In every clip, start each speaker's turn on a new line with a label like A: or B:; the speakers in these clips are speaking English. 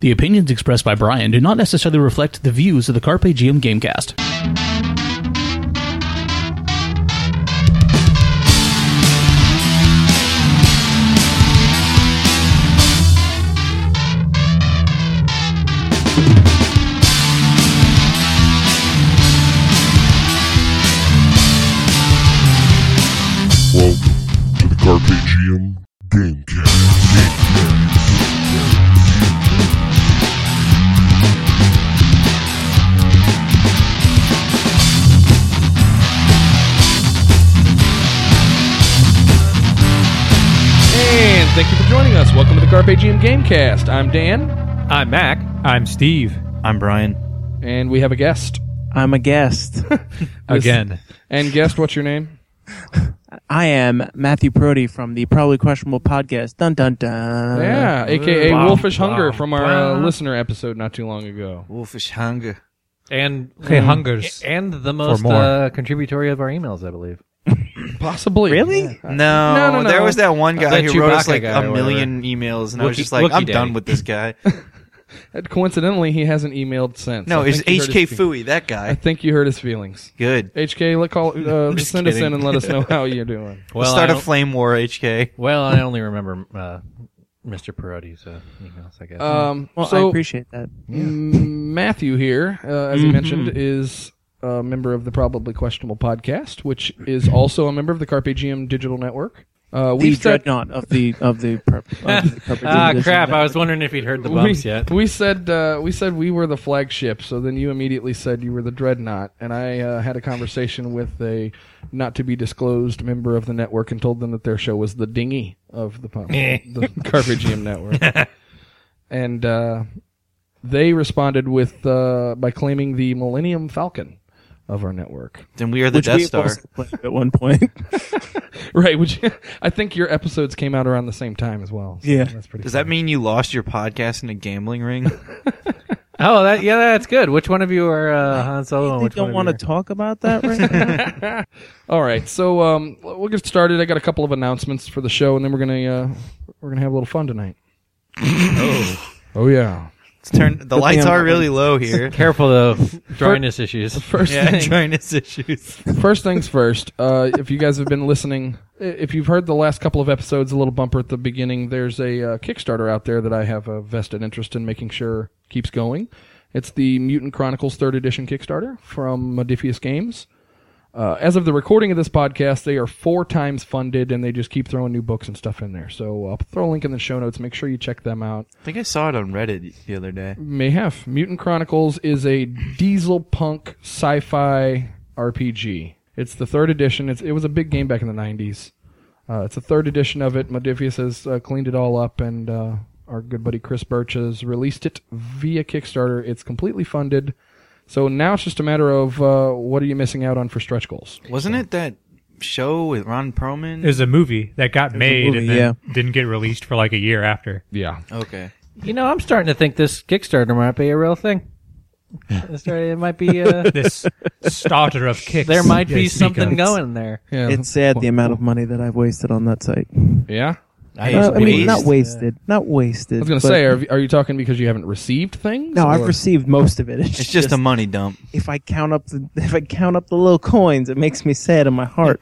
A: The opinions expressed by Brian do not necessarily reflect the views of the Carpe Diem Gamecast.
B: Welcome to the Carpe Diem Gamecast.
C: And thank you for joining us. Welcome to the Carpe Diem Gamecast. I'm Dan,
D: I'm Mac. I'm Steve.
E: I'm Brian.
C: and we have a guest.
E: I'm a guest.
D: Again.
C: And guest, what's your name?
E: I am Matthew Brody from the Probably Questionable podcast. Dun dun dun.
C: Yeah, aka
D: wow,
C: Wolfish Hunger
D: wow,
C: from our uh,
D: wow.
C: listener episode not too long ago.
F: Wolfish hunger.
D: And hey, hungers. And the most
F: more.
D: uh, contributory of our emails, I believe.
C: Possibly.
E: Really?
F: No,
C: No, no, no.
F: there was that one guy
D: That
F: who wrote us
D: Chewbacca
F: like
D: guy or
F: a million emails, and I was
D: Wookie-
F: just like,
D: Wookie
F: I'm
D: Daddy.
F: done with this guy.
C: And coincidentally, he hasn't emailed since.
F: No,
C: I
F: it's
C: think you hurt
F: HK
C: his fe-
F: Fooey, that
C: I
F: guy.
C: think you hurt his feelings.
F: Good.
C: HK, let call uh,
F: just
C: send us in
F: kidding.
C: and let us know how you're doing.
F: Let's
D: I
F: start a
D: don't-
F: flame war, HK.
D: well, I only remember uh, Mr. Perotti, uh, emails, I guess.
C: Um,
E: Well,
C: so
E: I appreciate that.
C: M- Mm, Matthew here, uh, as he mentioned, is a member of the Probably Questionable podcast, which is also a member of the Carpe Diem Digital Network. Uh,
E: The
C: we've said-
E: dreadnought of the of the. Per- of the Carpe Diem
D: ah,
E: Edition.
D: crap. I was wondering if he'd heard the bumps
C: we,
D: yet.
C: we said uh, we said we were the flagship. So then you immediately said you were the dreadnought, and I uh, had a conversation with a not to be disclosed member of the network and told them that their show was the dinghy of the pump,
D: Eh.
C: the Carpe Diem network, and uh, they responded with uh, by claiming the Millennium Falcon of our network.
F: Then we are the
E: Which
F: Death
E: we
F: Star.
E: also played at one point.
C: Right, which I think your episodes came out around the same time as well. so
E: Yeah.
C: that's pretty.
F: Does that mean you lost your podcast in a gambling ring?
D: Oh, that, yeah, that's good. Which one of you are uh, Han Solo? and
E: we
D: which
E: don't
D: one
E: want
D: of
E: to
D: you
E: talk about that right now.
C: All right, so um, we'll get started. I got a couple of announcements for the show, and then we're gonna uh, we're gonna have a little fun tonight. oh, oh yeah.
F: Let's turn the lights are really low here.
D: are- Careful, though. Dryness issues.
C: First
F: yeah,
C: thing,
F: join us issues.
C: first things first. Uh, if you guys have been listening, i- if you've heard the last couple of episodes, a little bumper at the beginning. There's a uh, Kickstarter out there that I have a vested interest in making sure keeps going. It's the Mutant Chronicles Third Edition Kickstarter from Modifius Games. Uh, as of the recording of this podcast, they are four times funded, and they just keep throwing new books and stuff in there. So I'll throw a link in the show notes. Make sure you check them out.
F: I think I saw it on Reddit the other day.
C: May have. Mutant Chronicles is a diesel punk sci fi RPG. It's the third edition. It's, it was a big game back in the 90s. Uh, it's the third edition of it. Modifius has uh, cleaned it all up, and uh, our good buddy Chris Birch has released it via Kickstarter. It's completely funded. So now it's just a matter of uh, what are you missing out on for stretch goals?
F: Wasn't it that show with Ron Perlman?
G: It was a movie that got made
E: movie,
G: and then didn't get released for like a year after.
C: Yeah.
F: okay.
D: You know, I'm starting to think this Kickstarter might be a real thing. It's starting- it might be. Uh,
G: This starter of kicks.
D: there might
G: they
D: be
G: speak
D: something
G: of.
D: going there.
C: yeah.
E: it's sad the amount of money that I've wasted on that site.
C: Yeah.
F: I,
E: Uh, I mean, not
F: Waste.
E: wasted, not wasted.
C: I was going to say, are, are you talking because you haven't received things?
E: no, I've
C: or-
E: received most of it. It's,
F: It's just a money dump.
E: if I count up the if I count up the little coins, it makes me sad in my heart.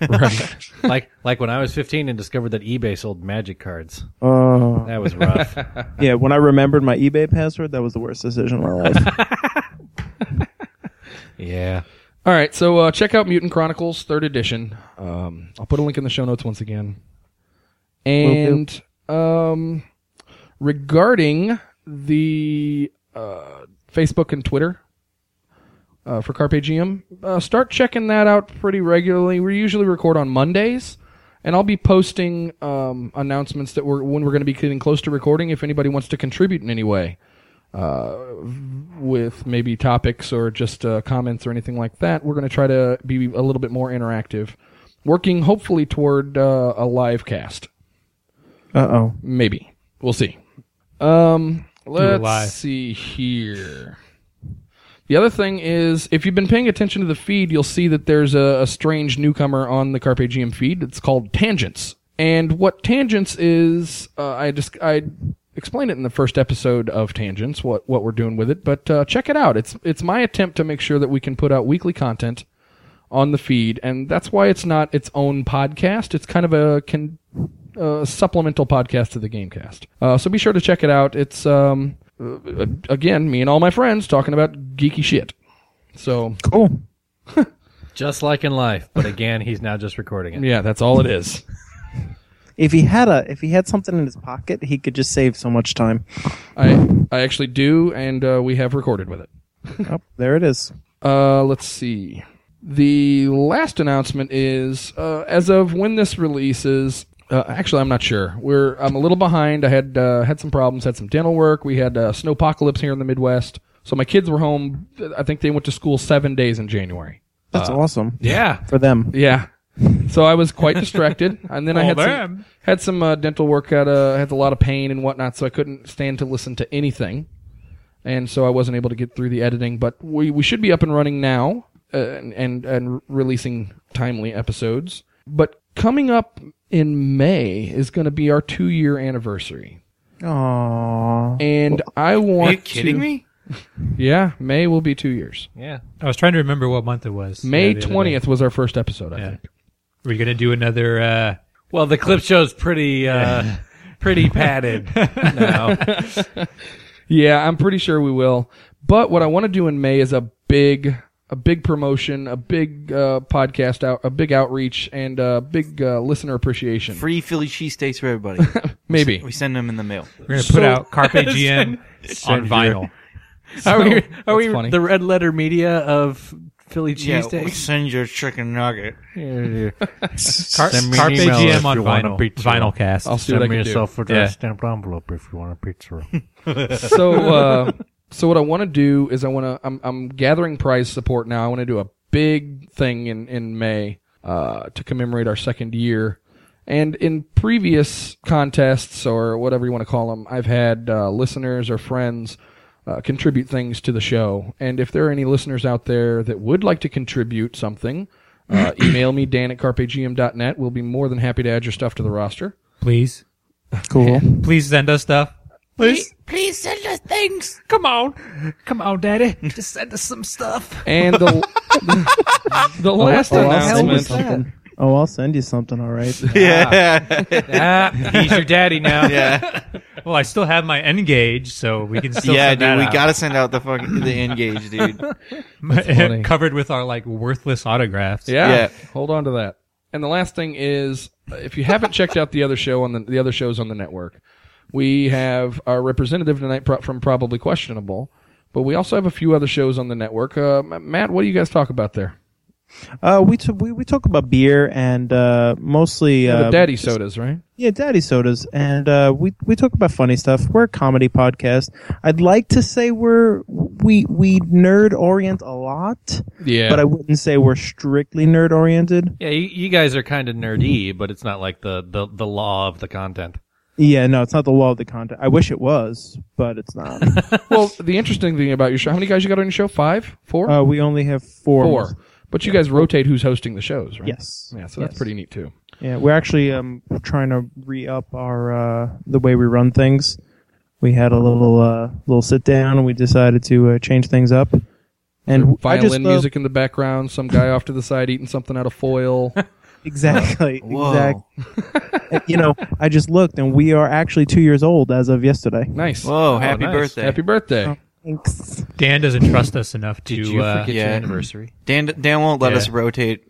D: like like when I was 15 and discovered that eBay sold magic cards.
E: Oh,
D: That was rough.
E: yeah. When I remembered my eBay password, that was the worst decision of my life.
D: yeah.
C: All right, so uh, check out Mutant Chronicles Third Edition. Um, I'll put a link in the show notes once again. And um, regarding the uh, Facebook and Twitter uh, for Carpe Diem, uh, start checking that out pretty regularly. We usually record on Mondays, and I'll be posting um, announcements that we're when we're going to be getting close to recording. If anybody wants to contribute in any way with maybe topics or just uh, comments or anything like that. We're going to try to be a little bit more interactive, working hopefully toward uh, a live cast.
E: Uh oh.
C: Maybe we'll see. Um, let's
G: live.
C: see here. The other thing is, if you've been paying attention to the feed, you'll see that there's a, a strange newcomer on the Carpe Diem feed. It's called Tangents, and what Tangents is, uh, I just I explained it in the first episode of Tangents what what we're doing with it, but uh, check it out. It's it's my attempt to make sure that we can put out weekly content on the feed, and that's why it's not its own podcast. It's kind of a con- uh, supplemental podcast to the Gamecast. Uh, so be sure to check it out. It's um, uh, again me and all my friends talking about geeky shit. So
E: Cool.
D: Just like in life, but again, he's now just recording it.
C: yeah, that's all it is.
E: If he had a, if he had something in his pocket, he could just save so much time.
C: I I actually do, and uh, we have recorded with it.
E: oh, there it is.
C: Uh, let's see. The last announcement is uh, as of when this releases. Uh, actually, I'm not sure. We're I'm a little behind. I had uh, had some problems. Had some dental work. We had uh, snowpocalypse here in the Midwest. So my kids were home. I think they went to school seven days in January.
E: That's awesome
D: Yeah.
E: for them.
C: Yeah. So I was quite distracted, and then I
G: All
C: had some,
G: them.
C: had some uh, dental work. Had uh, had a lot of pain and whatnot, so I couldn't stand to listen to anything, and so I wasn't able to get through the editing. But we, we should be up and running now, uh, and, and and releasing timely episodes. But coming up in May is going to be our two year anniversary,
E: Aww.
C: and I want.
F: Are you kidding
C: to-
F: me?
C: Yeah, May will be two years.
D: Yeah.
G: I was trying to remember what month it was.
C: May
G: Yeah, the other day.
C: twentieth was our first episode. I
G: Yeah.
C: think.
G: Are we gonna do another? uh
D: Well, the clip show's pretty, uh, pretty padded now.
C: Yeah, I'm pretty sure we will. But what I want to do in May is a big, a big promotion, a big uh, podcast out, a big outreach, and a big uh, listener appreciation.
F: Free Philly cheesesteaks for everybody.
C: Maybe.
F: we send them in the mail.
G: We're gonna put out Carpe Diem on vinyl.
D: Are we, are we
C: That's funny.
D: the red letter
H: Uh,
D: media of Philly
F: we
D: cheesesteaks?
F: send your chicken nugget.
G: Car-
H: Send me an
G: Carpe
H: email
G: Diem
H: if
G: on
H: you want a
G: vinyl.
H: pizza.
G: Vinyl cast.
C: I'll see what I
H: Send me
C: can
H: a
C: do.
H: self-addressed stamped envelope if you want a pizza.
C: So, uh, so what I want to do is I want to. I'm, I'm gathering prize support now. I want to do a big thing in in May uh, to commemorate our second year. And in previous contests or whatever you want to call them, I've had uh, listeners or friends uh, contribute things to the show. And if there are any listeners out there that would like to contribute something, uh, email me, dan at carpegm.net. We'll be more than happy to add your stuff to the roster.
G: Please,
E: Cool.
G: please send us stuff.
C: And the, the last
E: oh, I'll send you
C: announcement.
E: something. Oh, I'll send you something. All right.
F: Yeah.
D: ah, he's your daddy now.
F: yeah.
G: Well, I still have my N-Gauge, so we can still.
F: yeah,
G: send
F: dude.
G: that
F: We
G: out.
F: gotta send out the fucking the engage, dude.
C: funny.
G: covered with our like worthless autographs.
C: Yeah.
F: Yeah.
C: Hold on to that. And the last thing is, uh, if you haven't checked out the other show on the, the other shows on the network, we have our representative tonight pro- from Probably Questionable, but we also have a few other shows on the network. Uh, M- Matt, what do you guys talk about there?
E: Uh, we, t- we we talk about beer and uh, mostly uh,
C: the Daddy Sodas, right?
E: Yeah, daddy sodas, and uh, we we talk about funny stuff. We're a comedy podcast. I'd like to say we're we we nerd orient a lot,
C: Yeah.
E: but I wouldn't say we're strictly nerd oriented.
D: Yeah, you, you guys are kind of nerdy, but it's not like the, the, the law of the content.
E: Yeah, no, it's not the law of the content. I wish it was, but it's not.
C: well, the interesting thing about your show, how many guys you got on your show? Five? Four?
E: uh, we only have four.
C: Four. But you guys rotate who's hosting the shows, right?
E: Yes.
C: Yeah, so that's
E: Yes.
C: pretty neat too.
E: Yeah, we're actually um trying to re up our uh, the way we run things. We had a little uh, little sit down, and we decided to uh, change things up. And I
C: Violin
E: just love-
C: music in the background, some guy off to the side eating something out of foil.
E: Exactly.
F: Whoa.
E: Exactly. you know, I just looked, and we are actually two years old as of yesterday.
C: Nice.
F: Whoa! Happy
D: nice.
F: birthday,
C: Happy birthday.
E: Thanks.
G: Dan doesn't trust us enough to. uh,
F: yeah.
D: anniversary?
F: Dan. Dan won't let
G: Yeah.
F: us rotate.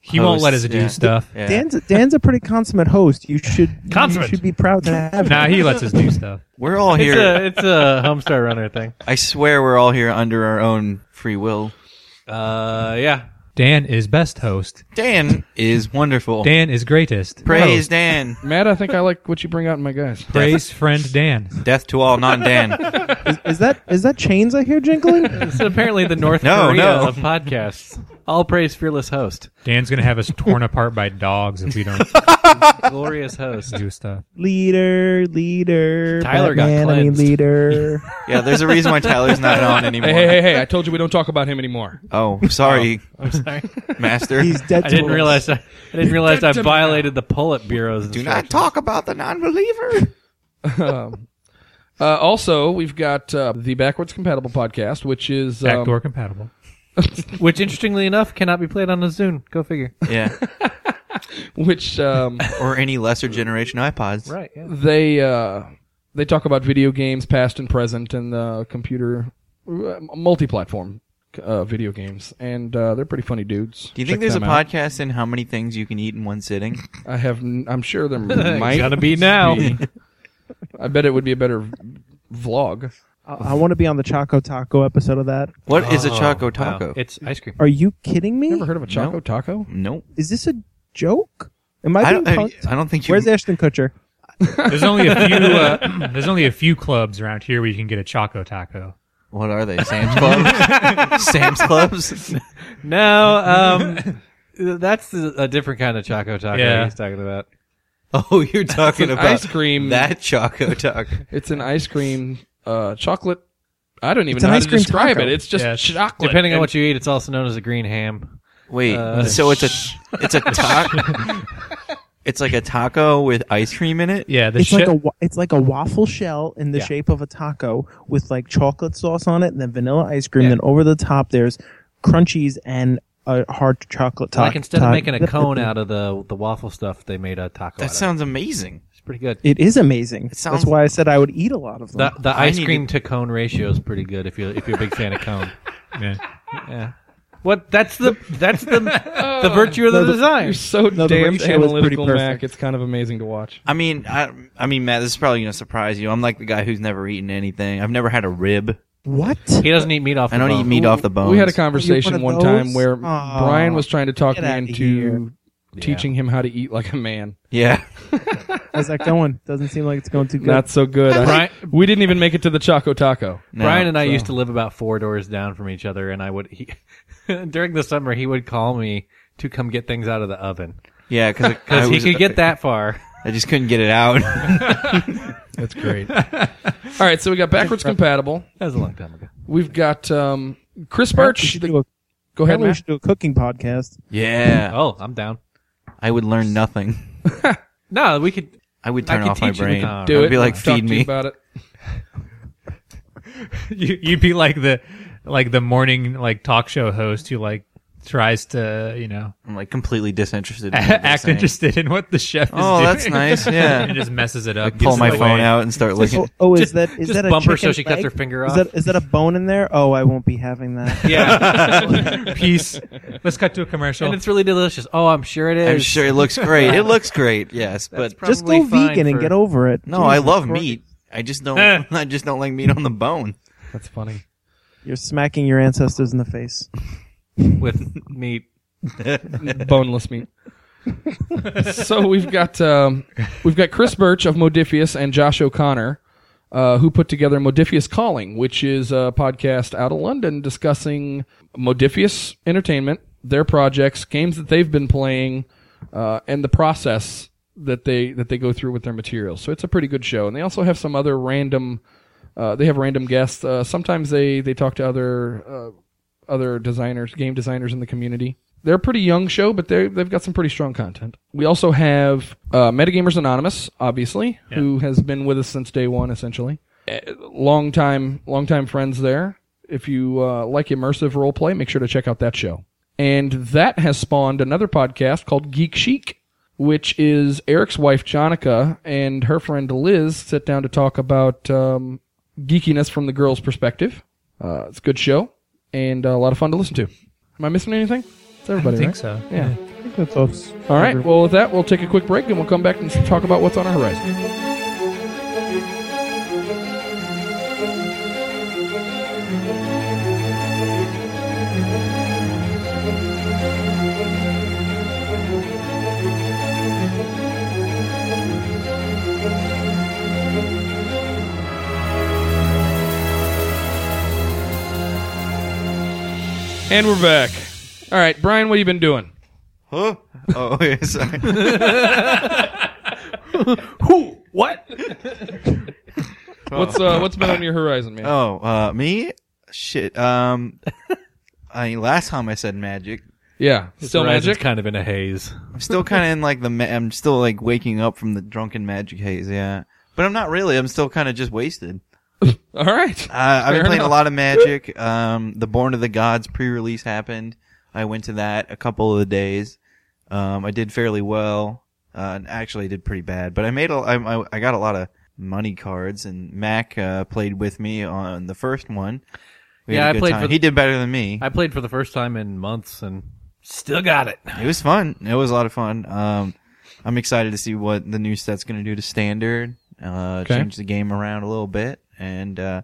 G: he won't let us
F: hosts,
G: do
F: yeah.
G: stuff.
F: Yeah.
E: Dan's Dan's a pretty consummate host. You should you
G: Consummate.
E: should be proud to have him.
G: Nah, he lets us do stuff.
F: We're all
D: It's
F: here.
D: a, it's a Homestar Runner thing.
F: I swear, we're all here under our own free will.
D: Uh, yeah.
G: Dan is best host.
F: Dan is wonderful.
G: Dan is greatest.
F: Praise Dan.
C: Matt, I think I like what you bring out in my guys.
G: Praise friend Dan.
F: Death to all non-Dan.
E: Is that is that chains I hear jingling?
D: It's apparently the North
F: No,
D: Korea
F: no.
D: of podcasts. All praise fearless host,
G: Dan's gonna have us torn apart by dogs if we don't
D: glorious host.
G: do
F: Um,
G: stuff.
E: leader, leader.
D: Tyler got
E: Batman, any
D: cleansed.
E: leader.
F: yeah, there's a reason why Tyler's not on anymore.
C: Hey, hey, hey, hey, I told you we don't talk about him anymore.
F: Oh, sorry,
D: I'm sorry,
F: Master.
E: He's dead.
D: I
E: to
D: didn't
E: us.
D: realize I, I didn't realize I violated the Politburo.
F: Do not talk about the non-believer.
C: um, Uh, also, we've got uh, the backwards compatible podcast, which is um,
G: Backdoor compatible.
D: Which, interestingly enough, cannot be played on a Zune. Go figure.
F: Yeah.
C: which um,
F: or any lesser generation iPods.
D: Right. Yeah.
C: they uh, they talk about video games, past and present, and uh, computer uh, multi-platform uh, video games, and uh, they're pretty funny dudes.
F: Do you think
C: Check
F: there's a
C: them out.
F: podcast in how many things you can eat in one sitting?
C: I have. n- I'm sure there might.
D: Gotta be now.
C: I bet it would be a better v- vlog.
E: I, I want to be on the Choco Taco episode of that.
F: What is
C: Oh,
F: a Choco Taco?
G: It's ice cream.
E: Are you kidding me?
C: Never heard of a Choco Taco?
F: Nope.
E: Is this a joke? Am I,
F: I
E: being
F: don't, I,
E: punked?
F: I don't think you.
E: Where's Ashton Kutcher?
G: There's only a few. Uh, there's only a few clubs around here where you can get a Choco Taco.
F: What are they? Sam's Clubs? Sam's Clubs?
D: No, um, that's the- a different kind of Choco Taco
G: Yeah.
D: he's talking about.
F: Oh, you're talking about
C: ice cream.
F: That Choco Taco.
C: It's an ice cream uh, chocolate. I don't even
E: It's
C: know
E: an
C: how
E: ice
C: to
E: cream
C: describe
E: taco.
C: it. It's just
G: Yeah, it's-
C: chocolate.
D: Depending on
C: and-
D: what you eat, it's also known as a green ham.
F: Wait,
D: Uh,
F: so it's a it's a taco. it's like a taco with ice cream in it.
G: Yeah, the
E: It's
G: shit.
E: like a wa- it's like a waffle shell in the shape of a taco with like chocolate sauce on it, and then vanilla ice cream. Then over the top, there's crunchies and a hard chocolate taco.
D: Like instead of making a cone out of the the waffle stuff, they made a taco.
F: That
D: out of
F: sounds amazing.
D: it. It's pretty good.
E: it is amazing.
F: sounds-
E: That's why I said I would eat a lot of them.
D: The, the
F: I
D: ice
F: need
D: cream to cone ratio is pretty good if you're if you're a big fan of cone.
G: Yeah.
D: What? That's the that's the the virtue of the design.
C: You're so
E: No, the
C: damned
E: ratio was pretty
C: analytical, Mac.
E: perfect.
C: It's kind of amazing to watch.
F: I mean, I I mean, Matt, this is probably gonna surprise you. I'm like the guy who's never eaten anything. I've never had a rib.
E: what?
D: He doesn't eat meat off.
F: I
D: the
F: don't
D: bone.
F: eat meat off the bone.
C: We had a conversation
E: You're
C: one,
E: one of
C: time
E: those?
C: where
E: Aw,
C: Brian was trying to talk
E: get
C: me
E: outta
C: into teaching him how to eat like a man.
F: Yeah,
E: How's that going? Doesn't seem like it's going too good.
C: Not so good. I-
D: Brian-
C: we didn't even make it to the Choco Taco.
F: No.
D: Brian and I
C: so-
D: used to live about four doors down from each other, and I would he, during the summer he would call me to come get things out of the oven
F: yeah, because
D: because he could get that far.
F: I just couldn't get it out.
C: That's great. All right, so we got backwards compatible.
D: That was a long time ago.
C: We've got um, Chris
E: Apparently we
C: Birch.
E: should
C: the-
E: do a-
C: go ahead,
E: apparently we
C: Matt.
E: should do a cooking podcast.
F: yeah,
D: Oh, I'm down.
F: I would learn nothing.
D: No, we could.
F: I would
D: I
F: turn
D: could
F: off my
D: teach you.
F: brain.
D: Uh,
F: I
C: Do
F: would
C: it.
F: be like,
C: Talk to
F: feed
C: you
F: me.
C: about it.
G: You, you'd be like the like the morning like talk show host who like tries to you know
F: I'm like completely disinterested. In what they're
G: act
F: saying.
G: interested in what the chef is
F: Oh,
G: doing.
F: that's nice.
G: and
F: Yeah,
G: just messes it up.
F: pull
G: gets
F: my
G: in the
F: phone
G: way.
F: out and start looking.
E: Oh, oh, is
D: Just-
E: that is
D: just
E: that a
D: bump her
E: chicken
D: so she cuts
E: leg?
D: her finger
E: Is
D: off.
E: that is that a bone in there? Oh, I won't be having that.
D: Yeah,
G: Peace. Let's cut to a commercial.
D: and it's really delicious. Oh, I'm sure it is.
F: I'm sure it looks great. It looks great. Yes, but
E: Just
D: Probably
E: go
D: fine
E: vegan and
D: for-
E: get over it.
F: no, I
E: Jesus
F: love
E: Christ.
F: meat. I just don't.
D: Eh.
F: I just don't like meat on the bone.
C: That's funny.
E: You're smacking your ancestors in the face.
D: with meat.
C: boneless meat. so we've got um, we've got Chris Birch of Modifius and Josh O'Connor, uh, who put together Modifius Calling, which is a podcast out of London discussing Modifius Entertainment, their projects, games that they've been playing, uh, and the process that they that they go through with their materials. So it's a pretty good show, and they also have some other random. Uh, they have random guests. Uh, sometimes they they talk to other. Uh, other designers, game designers in the community. They're a pretty young show, but they they've got some pretty strong content. We also have uh, Metagamers Anonymous, obviously, who has been with us since day one, essentially. Eh, Long time, long time friends there. If you uh, like immersive role play, make sure to check out that show. And that has spawned another podcast called Geek Chic, which is Eric's wife Jonica and her friend Liz sit down to talk about um, geekiness from the girl's perspective. Uh, it's a good show and uh, a lot of fun to listen to. Am I missing anything? It's everybody,
G: I think
C: right?
G: so.
C: Yeah.
E: That's us.
C: All right. Well, with that, we'll take a quick break and we'll come back and talk about what's on our horizon. And we're back. All right, Brian, what have you been doing?
F: Huh? Oh, okay, sorry.
C: What's uh, what's been on your horizon, man?
F: Oh, uh, me? Shit. Um, I last time I said magic.
C: yeah, still
D: Horizon's
C: magic.
D: kind of in a haze.
F: I'm still kind of in like the. Ma- I'm still like waking up from the drunken magic haze. Yeah, but I'm not really. I'm still kind of just wasted.
C: All right.
F: Uh, I've
C: Fair
F: been playing
C: enough.
F: a lot of Magic. Um, the Born of the Gods pre-release happened. I went to that a couple of the days. Um, I did fairly well. Uh, and actually, I did pretty bad, but I made a, I, I- I got a lot of money cards, and Mac uh, played with me on the first one. We had
D: Yeah,
F: a
D: I
F: good
D: played
F: time.
D: for the-
F: he did better than me.
D: I played for the first time in months and still got it.
F: It was fun. It was a lot of fun. Um, I'm excited to see what the new set's going to do to standard. Uh,
C: Okay.
F: change the game around a little bit, and uh,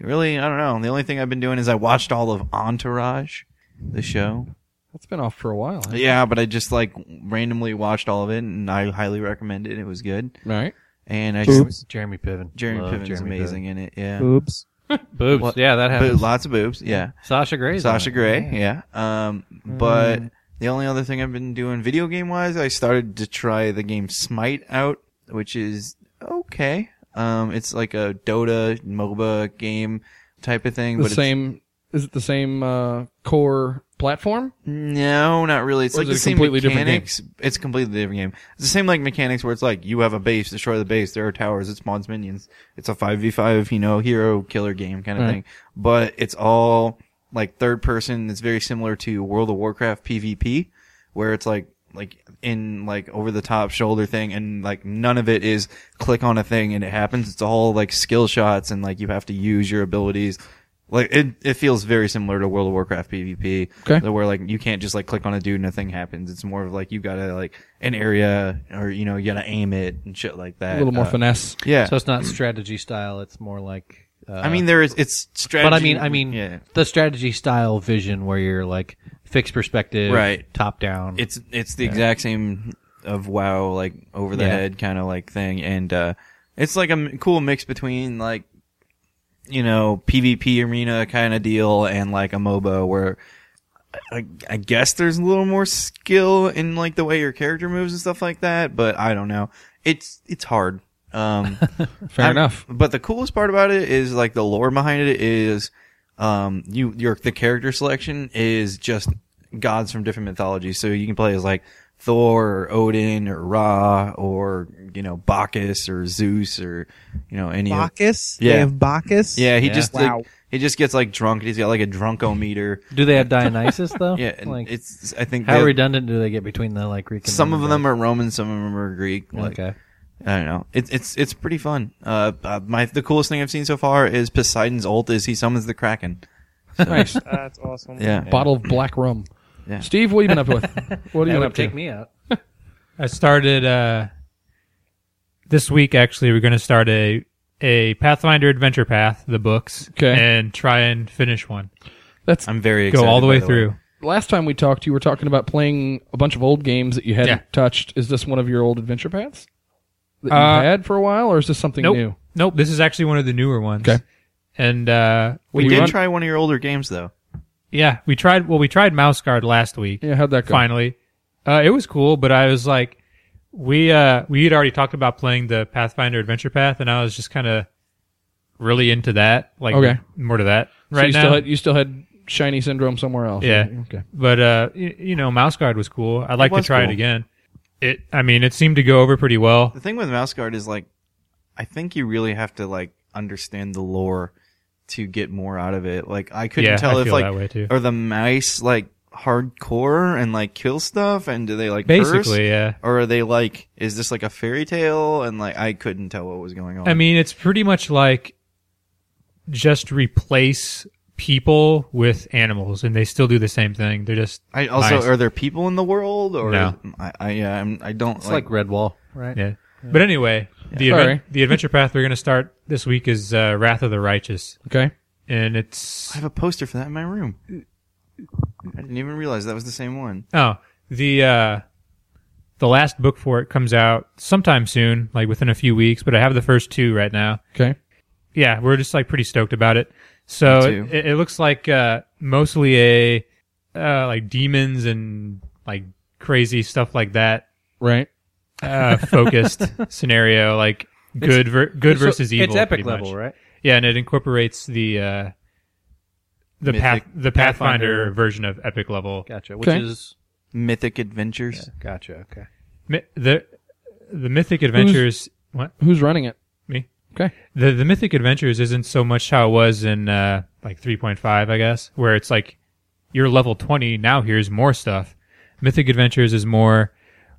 F: really, I don't know. The only thing I've been doing is I watched all of Entourage, the show.
C: That's been off for a while. All
F: Yeah, but I just like randomly watched all of it, and I highly recommend it. It was good,
C: right.
F: and I
E: Oops.
F: just
D: Jeremy Piven.
F: Jeremy
D: Love
F: Piven's
D: Jeremy
F: amazing in it. Yeah,
E: Oops.
D: Piven. Boobs.
F: Well,
D: yeah, that
F: but
D: happens.
F: lots of boobs. Yeah,
D: Sasha Gray's on
F: Sasha
D: it.
F: Grey. Yeah. Um, but the only other thing I've been doing video game wise, I started to try the game Smite out, which is okay. Um, it's like a Dota MOBA game type of thing,
C: The
F: but
C: same. Is it the same uh, core platform?
F: it's, no, not really. It's
C: Or is
F: like the
C: it a
F: same
C: completely different game?
F: mechanics. It's a completely different game. It's the same like mechanics where it's like you have a base, destroy the base. There are towers. It spawns minions. It's a five v five, you know, hero killer game kind of
C: Right.
F: thing. But it's all like third person. It's very similar to World of Warcraft PvP, where it's like like in like over the top shoulder thing, and like none of it is click on a thing and it happens. It's all like skill shots, and like you have to use your abilities. Like it, it feels very similar to World of Warcraft PvP,
C: Okay.
F: where like you can't just like click on a dude and a thing happens. It's more of like you gotta like an area or you know you gotta aim it and shit like that.
C: A little more
F: Uh,
C: finesse.
F: Yeah,
D: So it's not strategy style. It's more like. Uh,
F: I mean there is it's strategy.
D: but I mean, I mean,
F: yeah.
D: the strategy style vision where you're like fixed perspective,
F: Right.
D: Top down.
F: It's it's the exact same of WoW, like over the
D: Yeah.
F: head kind of like thing, and uh, it's like a m- cool mix between like you know PvP arena kind of deal and like a MOBA where. I, I guess there's a little more skill in like the way your character moves and stuff like that, but I don't know. It's it's hard. Um,
C: Fair
F: I'm-
C: enough.
F: But the coolest part about it is like the lore behind it is um you your the character selection is just gods from different mythologies. So you can play as like Thor or Odin or Ra or you know Bacchus or Zeus or you know any of
E: Bacchus?
F: Yeah.
E: They have Bacchus?
F: yeah, he just like,
E: Wow.
F: he just gets like drunk. He's got like a drunkometer.
D: do they have Dionysus though?
F: Yeah, and
D: Like,
F: it's I think
D: how
F: they-
D: redundant do they get between the like Greek? And
F: some of
D: Roman
F: them are Roman, some of them are Greek.
D: gods?
F: Like,
D: okay.
F: I don't know. It's it's it's pretty fun. Uh, uh, my the coolest thing I've seen so far is Poseidon's ult is he summons the Kraken.
C: Nice.
E: That's awesome.
F: Yeah.
C: Bottle of black rum.
F: Yeah.
C: Steve, what have you been up with? What have you
D: That
C: been
D: would
C: up to?
D: take me out.
G: I started uh, this week. Actually, we're going to start a a Pathfinder Adventure Path, the books,
C: Okay.
G: and try and finish one.
C: That's
F: I'm very
G: Go
F: excited,
G: all the way
F: by
G: through.
C: last time we talked. You were talking about playing a bunch of old games that you hadn't
G: Yeah.
C: touched. Is this one of your old adventure paths that you
G: Uh,
C: had for a while, or is this something
G: Nope,
C: new?
G: nope. This is actually one of the newer ones.
C: Okay.
G: and uh,
F: We,
C: We
F: did
C: run-
F: try one of your older games though.
G: yeah, we tried. Well, we tried Mouse Guard last week.
C: Yeah, how'd that go?
G: finally. Uh, it was cool, but I was like, we uh, we had already talked about playing the Pathfinder Adventure Path, and I was just kind of really into that. Like,
C: Okay.
G: more to that
C: So
G: right
C: you
G: now.
C: still had you still had shiny syndrome somewhere else.
G: Yeah.
C: Okay.
G: but uh, you, you know, Mouse Guard was cool. I'd like to
F: was
G: try
F: cool.
G: it again. It, I mean, it seemed to go over pretty well.
F: The thing with Mouse Guard is like, I think you really have to like understand the lore to get more out of it. Like I couldn't
G: Yeah,
F: tell
G: I
F: if
G: feel
F: like
G: that way too.
F: are the mice like hardcore and like kill stuff and do they like curse?
G: Basically, yeah.
F: Or are they like, is this like a fairy tale? And like, I couldn't tell what was going on.
G: I mean, it's pretty much like just replace people with animals, and they still do the same thing. They're just
F: I also
G: mice.
F: are there people in the world or
G: No.
F: I I, yeah, I'm, I don't
D: It's
F: like,
D: like, Redwall, right?
G: Yeah. But anyway, the
C: Sorry.
G: adven- the adventure path we're going to start this week is uh, Wrath of the Righteous,
C: Okay.
G: and
F: I
G: it's
F: have a poster for that in my room. I didn't even realize that was the same one.
G: oh the uh, the last book for it comes out sometime soon, like within a few weeks. But I have the first two right now.
C: Okay.
G: Yeah, we're just like pretty stoked about it. So
F: Me too.
G: it, it looks like uh, mostly a uh, like demons and like crazy stuff like that
C: Right.
G: uh, focused scenario, like good ver- good
D: So
G: versus evil.
D: It's epic
G: pretty
D: level,
G: much.
D: right?
G: Yeah, and it incorporates the uh, the
F: Mythic-
G: path the Pathfinder,
D: Pathfinder.
G: version of Epic level.
D: Gotcha. Which
C: Okay.
D: is
F: Mythic Adventures.
D: gotcha. Okay.
G: Mi- the the Mythic Adventures. what
C: Who's running it?
G: me?
C: Okay.
G: the the Mythic Adventures isn't so much how it was in uh, like 3.5, I guess, where it's like you're level 20 now. Here's more stuff. Mythic Adventures is more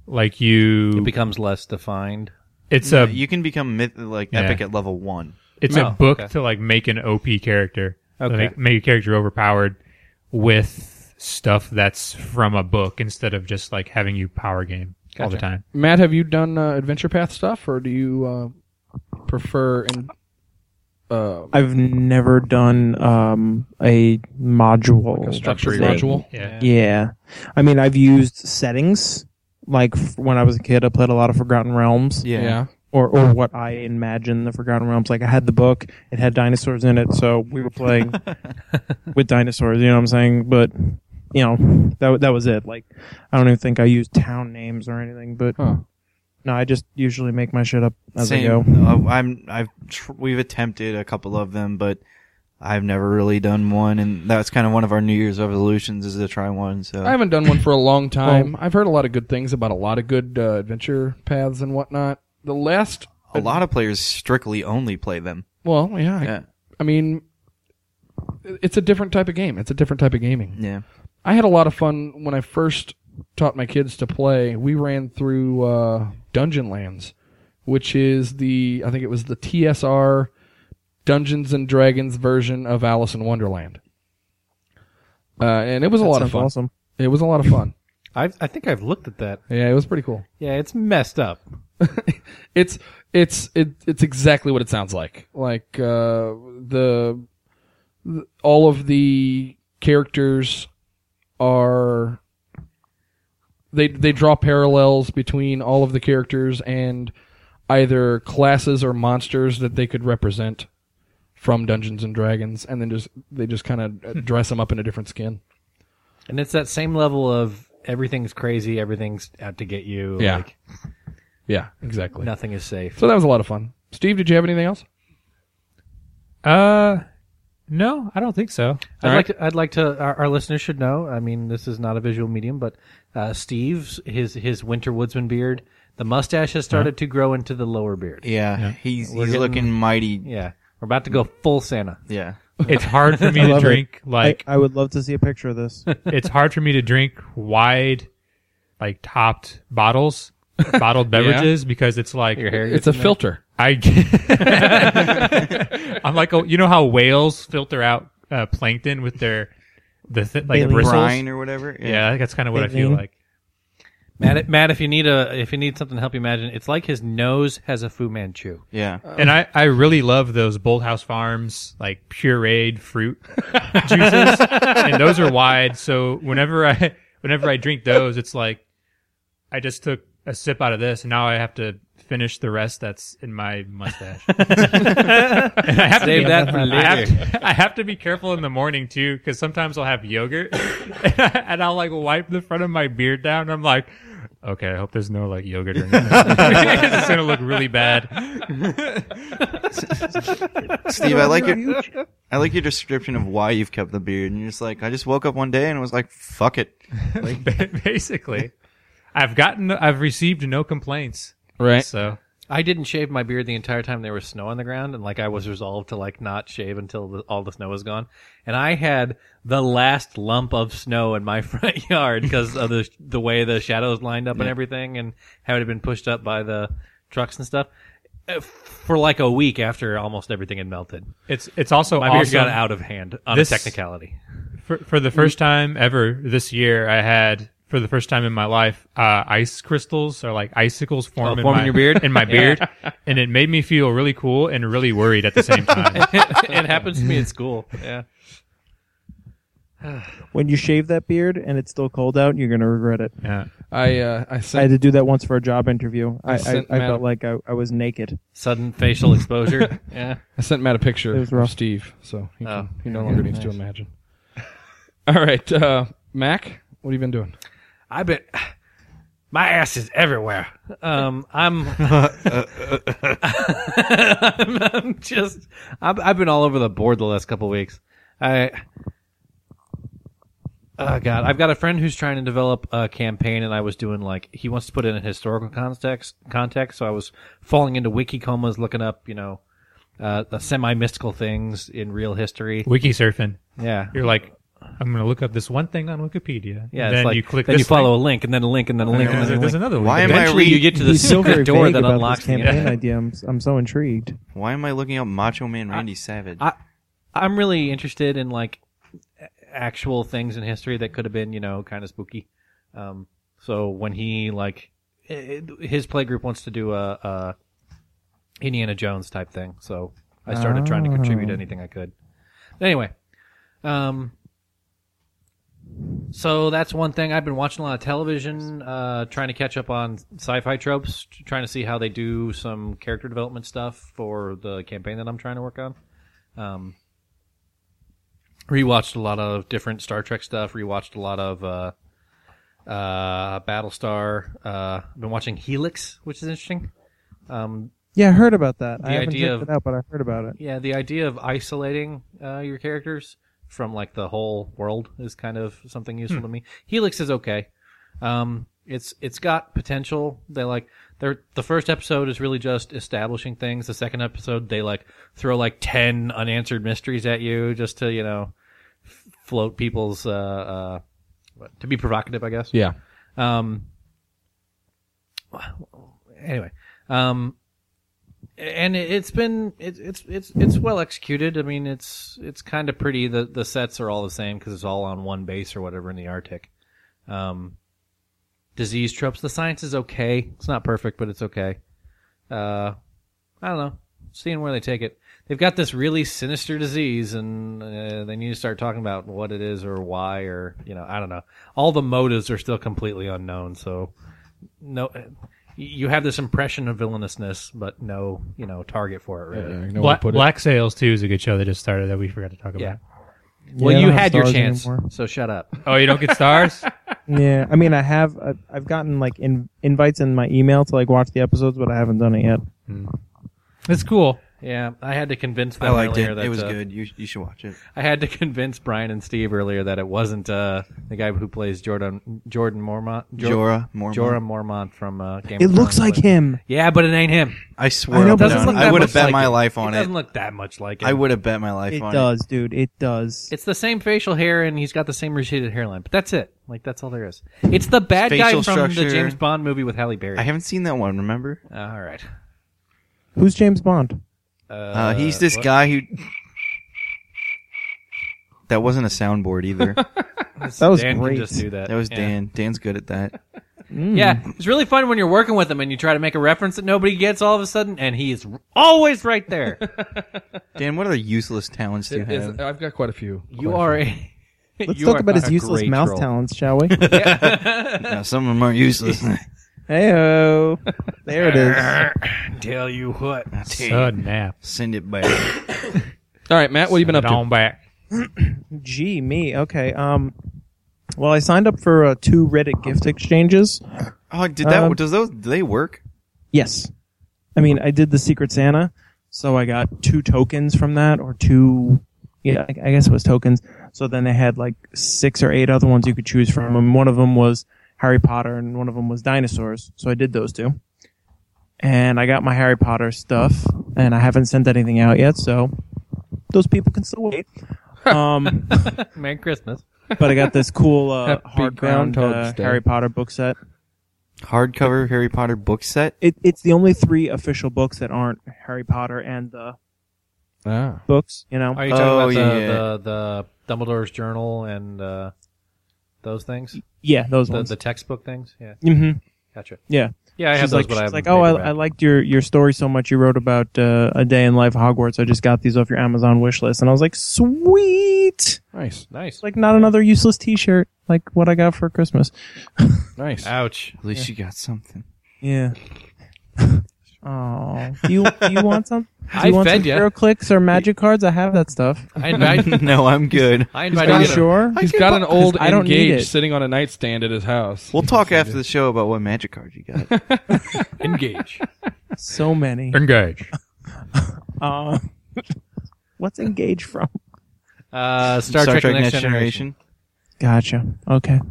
G: like you.
D: It becomes less defined.
G: it's a
F: you can become myth, like
G: Yeah.
F: epic at level one.
G: it's
D: Oh,
G: a book
D: okay.
G: to like make an OP character.
D: Okay.
G: Okay. Make, make a character overpowered with stuff that's from a book instead of just like having you power game all the
D: Gotcha.
G: time.
C: Matt, have you done uh, adventure path stuff, or do you uh, prefer and uh,
E: I've never done um, a module.
C: a structured
E: thing.
C: module?
G: Yeah.
E: Yeah. I mean, I've used settings. Like f- when I was a kid, I played a lot of Forgotten Realms,
C: yeah.
E: or, or what I imagine the Forgotten Realms. Like I had the book, it had dinosaurs in it, so we were playing with dinosaurs. You know what I'm saying? But you know, that w- that was it. Like I don't even think I used town names or anything. But
C: Huh.
E: no, I just usually make my shit up as I go.
F: Same. Uh, I'm. I've. Tr- we've attempted a couple of them, but I've never really done one, and that's kind of one of our New Year's resolutions is to try one. So
C: I haven't done one for a long time. I've heard a lot of good things about a lot of good uh, adventure paths and whatnot. The last,
F: a lot of players strictly only play them.
C: well, yeah,
F: Yeah.
C: I, I mean, it's a different type of game. It's a different type of gaming.
F: Yeah.
C: I had a lot of fun when I first taught my kids to play. We ran through uh, Dungeon Lands, which is the I think it was the TSR Dungeons and Dragons version of Alice in Wonderland. Uh, and it was a lot of
E: Sounds
C: fun.
E: Awesome.
C: It was a lot of fun.
D: I've, I think I've looked at that.
C: Yeah, it was pretty cool.
D: Yeah, it's messed up.
C: It's it's it, it's exactly what it sounds like. Like uh, the, the all of the characters are they they draw parallels between all of the characters and either classes or monsters that they could represent from Dungeons and Dragons, and then just they just kind of dress them up in a different skin.
D: And it's that same level of everything's crazy, everything's out to get you.
C: Yeah.
D: Like,
C: Yeah, exactly.
D: nothing is safe.
C: So that was a lot of fun. Steve, did you have anything else?
G: Uh, no, I don't think so.
D: I'd
C: All right.
D: like to. I'd like to. Our, our listeners should know. I mean, this is not a visual medium, but uh, Steve's his his winter woodsman beard. The mustache has started
C: Uh-huh.
D: to grow into the lower beard.
F: Yeah. He's he's
D: We're getting-
F: looking mighty.
D: Yeah, we're about to go
C: Mm.
D: full Santa.
F: Yeah.
G: It's hard for me
E: I
G: to
E: love it.
G: drink like
E: I, I would love to see a picture of this.
G: it's hard for me to drink wide, like topped bottles, bottled beverages because it's like
D: Your hair.
C: It's a filter.
G: I. get- I'm like, a, you know how whales filter out uh, plankton with their the th- like
E: Baleen.
G: bristles.
F: Brine or whatever.
G: Yeah, I think that's kind of what I feel
E: Baleen.
G: like.
D: Matt, Matt, if you need a if you need something to help you imagine, it's like his nose has a Fu Manchu.
F: Yeah.
G: And I, I really love those Bold House Farms like pureed fruit juices, and those are wide. So whenever I whenever I drink those, it's like I just took a sip out of this, and now I have to finish the rest that's in my mustache. and I have
D: Save
G: to be,
D: that for
G: I have, to, I have to be careful in the morning too, because sometimes I'll have yogurt, and, I, and I'll like wipe the front of my beard down. And I'm like. Okay, I hope there's no like yogurt or anything. it's gonna look really bad.
F: Steve, I like your I like your description of why you've kept the beard, and you're just like, I just woke up one day and was like, fuck it.
G: Ba- basically i've gotten i've received no complaints
C: Right.
G: so
D: I didn't shave my beard the entire time there was snow on the ground, and like I was resolved to like not shave until the, all the snow was gone. And I had the last lump of snow in my front yard because of the the way the shadows lined up and everything, and how it had been pushed up by the trucks and stuff. Uh, For like a week after almost everything had melted,
G: it's it's also
D: my beard
G: awesome.
D: got out of hand on
G: This-
D: a technicality.
G: for, for the first time ever this year i had for the first time in my life uh, ice crystals or like icicles form in,
D: Oh, form in
G: my,
D: your beard?
G: in my beard and it made me feel really cool and really worried at the same time
D: it happens to me at school. Yeah.
E: when you shave that beard and it's still cold out, you're gonna regret it.
G: yeah.
C: I uh, I
E: I had
C: sent
E: to do that once for a job interview. I, I,
C: sent
E: I
C: Matt
E: felt
C: a-
E: like I, I was naked.
D: Sudden facial exposure. yeah.
C: I sent Matt a picture
E: It was rough.
C: of Steve, so he,
D: Oh.
C: can, he no longer needs to imagine. All right, uh, Mac, what have you been doing?
D: I bet my ass is everywhere. Um, I'm, I'm just, I've, I've been all over the board the last couple of weeks. I, oh god, I've got a friend who's trying to develop a campaign, and I was doing like he wants to put it in historical context. Context, so I was falling into wiki comas, looking up, you know, uh, semi mystical things in real history.
G: Wiki surfing.
D: Yeah.
G: You're like, I'm going to look up this one thing on Wikipedia.
D: Yeah,
G: And
D: it's
G: then
D: like,
G: you click
D: then
G: this
D: you follow a
G: link,
D: link, and then a link, and then a link,
G: and
D: and then a
G: there's
D: link.
G: another
F: Why
G: link.
F: am I
D: Eventually, you
F: reading?
D: get to the
E: He's so very
D: secret door
E: vague
D: that
E: about
D: unlocks
E: this
D: the
E: campaign
D: internet.
E: idea. I'm, I'm so intrigued.
F: Why am I looking up Macho Man Randy Savage?
D: I- I'm really interested in like a- actual things in history that could have been, you know, kind of spooky. Um, so when he like i- i- his playgroup wants to do a, a Indiana Jones type thing, so I started trying to contribute anything I could. Anyway, um, so that's one thing. I've been watching a lot of television, uh, trying to catch up on sci-fi tropes, t- trying to see how they do some character development stuff for the campaign that I'm trying to work on. Um, rewatched a lot of different Star Trek stuff. Rewatched a lot of uh, uh, Battlestar. Uh, I've been watching Helix, which is interesting. Um,
E: Yeah, I heard about that. I
D: The
E: haven't
D: idea
E: checked it
D: of-
E: out, but I heard about it.
D: yeah, the idea of isolating uh, your characters from like the whole world is kind of something useful to me. Helix is okay. Um, it's it's got potential. They like they're the first episode is really just establishing things. The second episode they like throw like ten unanswered mysteries at you just to you know f- float people's uh, uh to be provocative, I guess.
C: Yeah.
D: Um. Anyway, um, and it- it's been it, it's it's it's well executed. I mean, it's it's kind of pretty. The the sets are all the same because it's all on one base or whatever in the Arctic. Um, disease tropes. The science is okay. It's not perfect, but it's okay. Uh, I don't know. Seeing where they take it. They've got this really sinister disease, and uh, they need to start talking about what it is or why, or you know, I don't know. All the motives are still completely unknown. So, no, uh, you have this impression of villainousness, but no, you know, target for it really.
C: Uh, You know where
G: Black,
C: to put it.
G: Black Sails 2 is a good show that just started that we forgot to talk about.
D: Yeah. Well,
E: Yeah, I
D: you
E: don't have
D: had your
E: stars
D: chance,
E: anymore.
D: so shut up.
G: Oh, you don't get stars?
E: Yeah, I mean, I have. I've, I've gotten like in, invites in my email to like watch the episodes, but I haven't done it yet.
G: That's cool.
D: Yeah, I had to convince them
F: I liked
D: earlier
F: it.
D: that
F: It was
D: uh,
F: good. You you should watch it.
D: I had to convince Brian and Steve earlier that it wasn't uh, the guy who plays Jordan Jordan Mormont
F: Jorah Mormont.
D: Jorah Mormont from uh, Game.
E: It
D: of
E: looks
D: Thrones,
E: like
D: but-
E: him.
D: Yeah, but it ain't him.
F: I
E: I
F: swear,
E: know,
F: up and
E: but it doesn't
F: down,
E: look
F: I
E: that
F: would
D: much
F: have bet
D: like
F: my
D: it.
F: life
D: it
F: on it.
D: doesn't look that much like him.
F: I would have bet my life
E: It
F: on
E: does, dude. It does.
D: It's the same facial hair, and he's got the same receded hairline. But that's it. Like that's all there is. It's the bad guy
F: Facial
D: from
F: structure.
D: the James Bond movie with Halle Berry. Uh,
F: I haven't seen that one. Remember,
D: all right.
E: Who's James Bond?
D: Uh,
F: uh, he's this guy who. That wasn't a soundboard either.
E: That was
D: Dan
E: great.
D: Can just do that.
F: That was
D: Yeah.
F: Dan. Dan's good at that.
D: Yeah, it's really fun when you're working with him and you try to make a reference that nobody gets all of a sudden, and he is r- always right there.
F: Dan, what other useless talents do you
C: It is-
F: have?
C: I've got quite a few. Quite
D: you
C: a
D: are
C: few.
D: a.
E: Let's
D: you
E: talk
D: are
E: about his
D: a
E: useless
D: great
E: mouth
D: troll.
E: talents, shall we?
F: No, some of them are useless.
E: Heyo, there it is.
D: Tell you what.
G: Sud nap.
F: Send it back.
C: All right, Matt, what have you been up to?
G: Down back.
E: Gee, me. Okay. Um. Well, I signed up for uh, two Reddit gift exchanges.
F: Oh, did that?
E: Um,
F: does those? Do they work?
E: Yes. I mean, I did the Secret Santa, so I got two tokens from that, or two. Yeah, I I guess it was tokens. So then they had like six or eight other ones you could choose from, and one of them was Harry Potter, and one of them was dinosaurs. So I did those two, and I got my Harry Potter stuff, and I haven't sent anything out yet, so those people can still wait. Um,
D: Merry Christmas.
E: but I got this cool uh,
C: Happy
E: hardbound uh,
C: Groundhog's Day.
E: Harry Potter book set.
F: Hardcover Harry Potter book set.
E: It, it's the only three official books that aren't Harry Potter and the
C: Ah.
E: books, you know.
D: Are you talking
F: Oh,
D: about the,
F: yeah.
D: the, the Dumbledore's Journal and uh, those things?
E: yeah, those
D: The,
E: ones.
D: the textbook things? Yeah,
E: mm-hmm.
D: gotcha.
E: Yeah.
D: Yeah, I have
E: she's
D: those,
E: like,
D: but I
E: she's
D: have
E: like, oh, I, I liked your, your story so much. You wrote about uh, a day in life Hogwarts. I just got these off your Amazon wish list, and I was like, sweet.
C: Nice.
D: Nice.
E: It's like not another useless T-shirt like what I got for Christmas.
C: Nice.
D: Ouch.
F: At least you got something.
E: Yeah. Oh, do you do you want some? Do
D: I
E: you want
D: fed
E: some
D: ya.
E: hero clicks or magic cards? I have that stuff.
D: I invite.
F: no, I'm good.
D: I
E: Are
D: invited
E: you
D: you.
E: sure?
C: He's got an old
E: I don't need
C: engage
E: it.
C: sitting on a nightstand at his house.
F: We'll talk after the show about what magic card you got.
D: Engage.
E: So many.
G: Engage.
E: Uh, what's engage from?
D: Uh, Star, Trek, The Next, Generation.
E: Gotcha. Okay.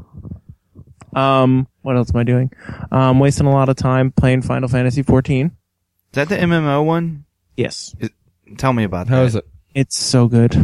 E: Um, what else am I doing? Um, wasting a lot of time playing Final Fantasy 14.
F: Is that the MMO one?
E: Yes.
F: Tell me about
C: How
F: that.
C: is it?
E: It's so good.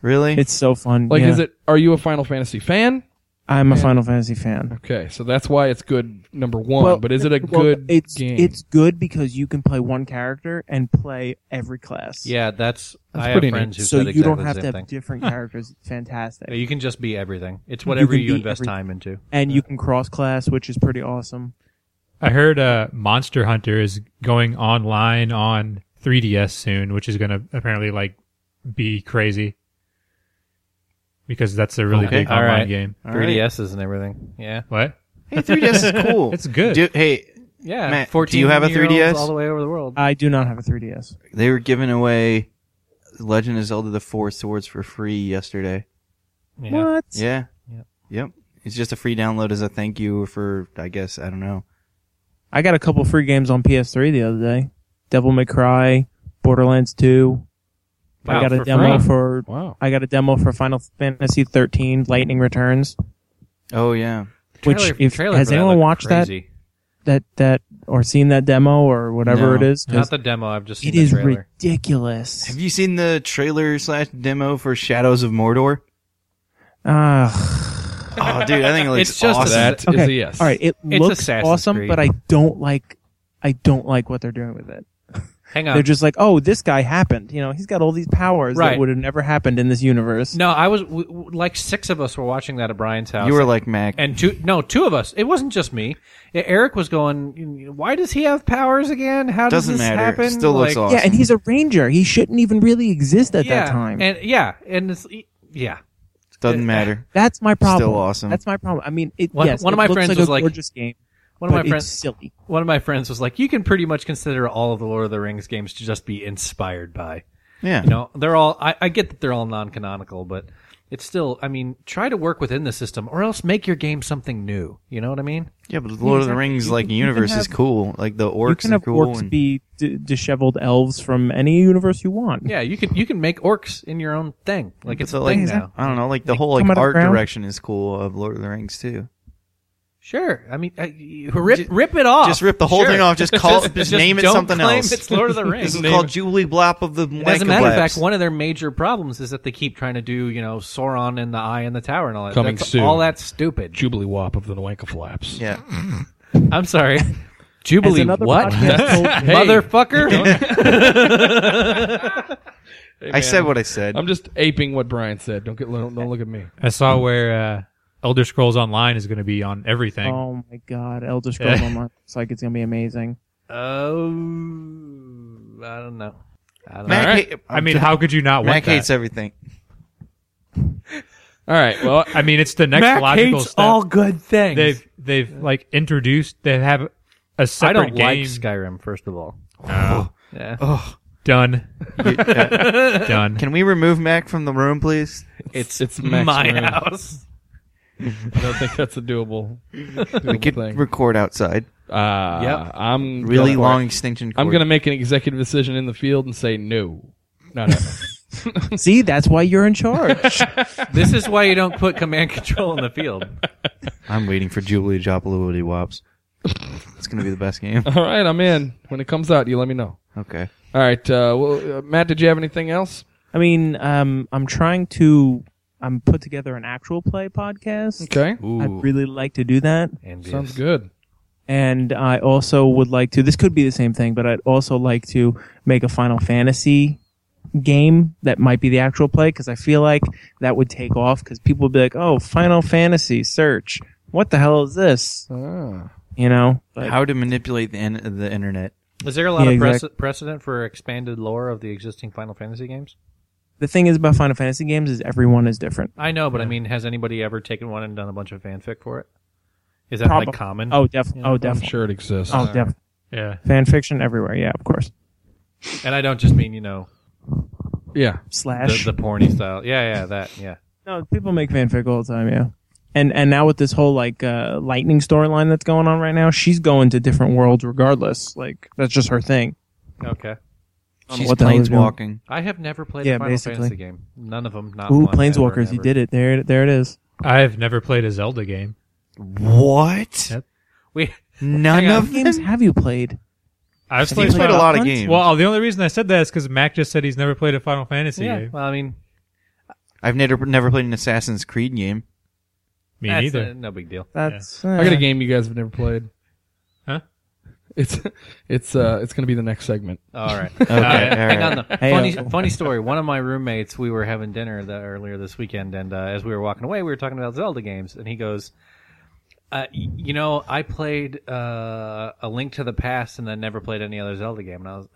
F: Really?
E: It's so fun.
C: Like,
E: yeah.
C: is it? Are you a Final Fantasy fan?
E: I'm a Final Fantasy fan.
C: Okay, so that's why it's good number one. but is it a
E: well,
C: good
E: it's,
C: game?
E: It's good because you can play one character and play every class.
D: Yeah, that's, I have
C: pretty
D: friends who
E: So
D: said
E: you don't
D: exactly
E: have
D: the
E: to
D: same
E: have
D: thing.
E: different characters. It's fantastic.
D: You can just be everything. It's whatever
E: can
D: you,
E: be
D: invest
E: everything.
D: time into.
E: and you can cross class, which is pretty awesome.
G: I heard uh, Monster Hunter is going online on 3DS soon, which is going to apparently like be crazy because that's a really
D: Okay.
G: big
D: All
G: online
D: right.
G: game.
D: 3DSs and everything. Yeah.
G: What?
F: hey, 3DS is cool.
G: It's good.
F: Do- hey,
D: Yeah.
F: Matt, do
D: 14
F: you have a
D: year olds
F: 3DS?
D: All the way over the world.
E: I do not have a 3DS.
F: they were giving away Legend of Zelda: The Four Swords for free yesterday.
D: Yeah.
E: What?
F: Yeah.
D: Yep.
F: Yep. It's just a free download as a thank you for, I guess, I don't know.
E: I got a couple free games on PS3 the other day. Devil May Cry, Borderlands 2.
D: Wow,
E: I got a
D: for
E: demo
D: free?
E: for
C: wow.
E: I got a demo for Final Fantasy 13 Lightning Returns.
F: Oh yeah.
E: Which
D: Trailer-
E: if-
D: trailer
E: has
D: for that
E: anyone
D: looked
E: watched that?
D: crazy.
E: That that or seen that demo or whatever
F: No.
E: it is. 'cause
D: Not the demo. I've just seen
E: it
D: the
E: is
D: trailer.
E: ridiculous.
F: Have you seen the trailer slash demo for Shadows of Mordor?
E: Ah,
F: Oh, dude, I think it looks
D: It's just
F: awesome.
D: that-
C: That is
E: okay.
C: a yes.
E: All right, it
D: It's
E: looks
D: Assassin's
E: awesome,
D: Creed.
E: but I don't like I don't like what they're doing with it.
D: Hang on.
E: They're just like, "Oh, this guy happened. You know, he's got all these powers
D: Right.
E: that would have never happened in this universe."
D: no, I was w- w- like six of us were watching that at Brian's house.
F: you were like Mac.
D: and two no two of us it wasn't just me E- eric was going why does he have powers again how does
F: Doesn't
D: this
F: matter.
D: happen
F: Still looks
D: Like,
F: awesome.
E: Yeah, and he's a ranger. He shouldn't even really exist at
D: yeah,
E: that time.
D: and yeah and it's e, yeah
F: Doesn't matter.
E: That's my problem.
F: Still awesome.
E: That's my problem. I mean, it,
D: One-
E: yes,
D: one of
E: it
D: my
E: looks
D: friends
E: like
D: was
E: a
D: like-
E: gorgeous game.
D: one of
E: but
D: my
E: it's
D: friends
E: silly.
D: one of my friends was like you can pretty much consider all of the lord of the rings games to just be inspired by
F: Yeah.
D: you know they're all i, I get that they're all non-canonical but it's still i mean try to work within the system or else make your game something new you know what i mean
F: yeah, but Lord of the Rings like universe is cool. Like the
E: You
F: orcs
E: can
F: are
E: have
F: cool.
E: orcs
F: and-
E: be d- disheveled elves from any universe you want.
D: yeah you can you can make orcs in your own thing like it's a
F: so, like,
D: thing now
F: I don't know, like the whole like
E: come out of
F: art
E: the ground.
F: direction is cool of Lord of the Rings too.
D: Sure. I mean, uh, you- rip rip it off.
F: just rip the whole
D: Sure.
F: thing off. Just call- just name it
D: don't
F: something
D: claim
F: else.
D: It's Lord of the
F: This
D: Rings.
F: is called Jubilee Blop of the
D: As a
F: Wankablabs.
D: matter of fact, one of their major problems is that they keep trying to do, you know, Sauron and the Eye and the Tower and all that.
C: Coming
D: That's-
C: soon.
D: All that's stupid.
C: Jubilee Wop of the Wanka Flaps.
F: Yeah.
D: I'm sorry. Jubilee
E: another
D: what?
E: podcast told me-
D: Motherfucker.
F: I said what I said.
C: I'm just aping what Brian said. Don't get don't, don't look at me.
G: I saw where uh, Elder Scrolls Online is going to be on everything.
E: Oh my god, Elder Scrolls Online looks like it's gonna be amazing.
D: Oh, I don't know. I don't know.
F: Mac,
C: Alright.
F: hate-
G: I mean, how could you not
F: Mac
G: want
F: hates
G: that?
F: everything.
C: All right. Well,
G: I mean, it's the next
D: Mac
G: logical
D: hates
G: step.
D: all good things.
G: they've they've like introduced. They have a
D: I
G: separate
D: don't like
G: game
D: Skyrim. First of all, yeah,
G: done. done.
F: uh, Can we remove Mac from the room, please?
D: it's
C: it's Mac's
D: my
C: room.
D: house.
C: I don't think that's a doable, doable
F: We could
C: thing.
F: record outside.
C: uh,
D: Yep.
C: I'm
F: Really
C: gonna-
F: long extinction cord.
C: I'm going to make an executive decision in the field and say no. No, no.
E: See, that's why you're in charge.
D: This is why you don't put command control in the field.
F: I'm waiting for Jubilee Jopalooity Wops. it's going to be the best game.
C: no. All right. I'm in. When it comes out, you let me know.
F: Okay.
C: All right. Uh, well, uh, Matt, did you have anything else?
E: I mean, um, I'm trying to. I'm put together an actual play podcast.
C: Okay.
E: I'd really like to do that,
C: Sounds good.
E: and I also would like to. This could be the same thing, but I'd also like to make a Final Fantasy game that might be the actual play because I feel like that would take off because people would be like, "Oh, Final Fantasy search, what the hell is this?"
D: Ah.
E: You know, but
F: How to manipulate the, in- the internet.
D: Is there a lot
E: Yeah,
D: of
E: exact-
D: prece- precedent for expanded lore of the existing Final Fantasy games?
E: the thing is about Final Fantasy games is everyone is different.
D: I know, but I mean, has anybody ever taken one and done a bunch of fanfic for it? Is that
E: Probab-
D: like
G: um,
D: common?
E: Oh, definitely. Oh,
C: I'm
E: definitely.
C: sure it exists.
E: Oh, definitely.
G: Yeah.
E: Fan fiction everywhere. Yeah, of course.
D: and I don't just mean you know
C: yeah.
E: Slash.
D: the, the porny style. Yeah, yeah, that. Yeah,
E: No, people make fanfic all the time, yeah. And and now with this whole like uh, lightning storyline that's going on right now, she's going to different worlds regardless. Like that's just her thing.
D: okay.
E: Um,
F: She's
E: what the hell is going-
F: planeswalking.
D: I have never played
E: Yeah,
D: a Final
E: basically.
D: Fantasy game. None of them. Not
E: Ooh,
D: one,
E: planeswalkers! You did it. There, there it is.
G: I've never played a Zelda game.
F: What?
G: Yep.
D: We
F: None
D: Hang on.
E: What
F: of
E: games
F: them?
E: have you played?
G: I've
F: He's played a lot of games.
G: Well, the only reason I said that is because Mac just said he's never played a Final Fantasy
D: Yeah.
G: game.
D: Well, I mean,
F: I've never never played an Assassin's Creed game.
G: Me
D: that's,
G: neither.
D: uh, no big deal.
E: That's uh,
C: I got a game you guys have never played.
G: Huh?
C: It's it's uh it's gonna be the next segment.
D: All right.
F: Okay,
D: Hang
F: all
D: on.
F: right.
D: though.
E: Hey,
D: funny,
E: uh,
D: funny story. One of my roommates, we were having dinner the, earlier this weekend, and uh, as we were walking away, we were talking about Zelda games, and he goes, uh, y- "You know, I played uh, a Link to the Past, and then never played any other Zelda game, and I was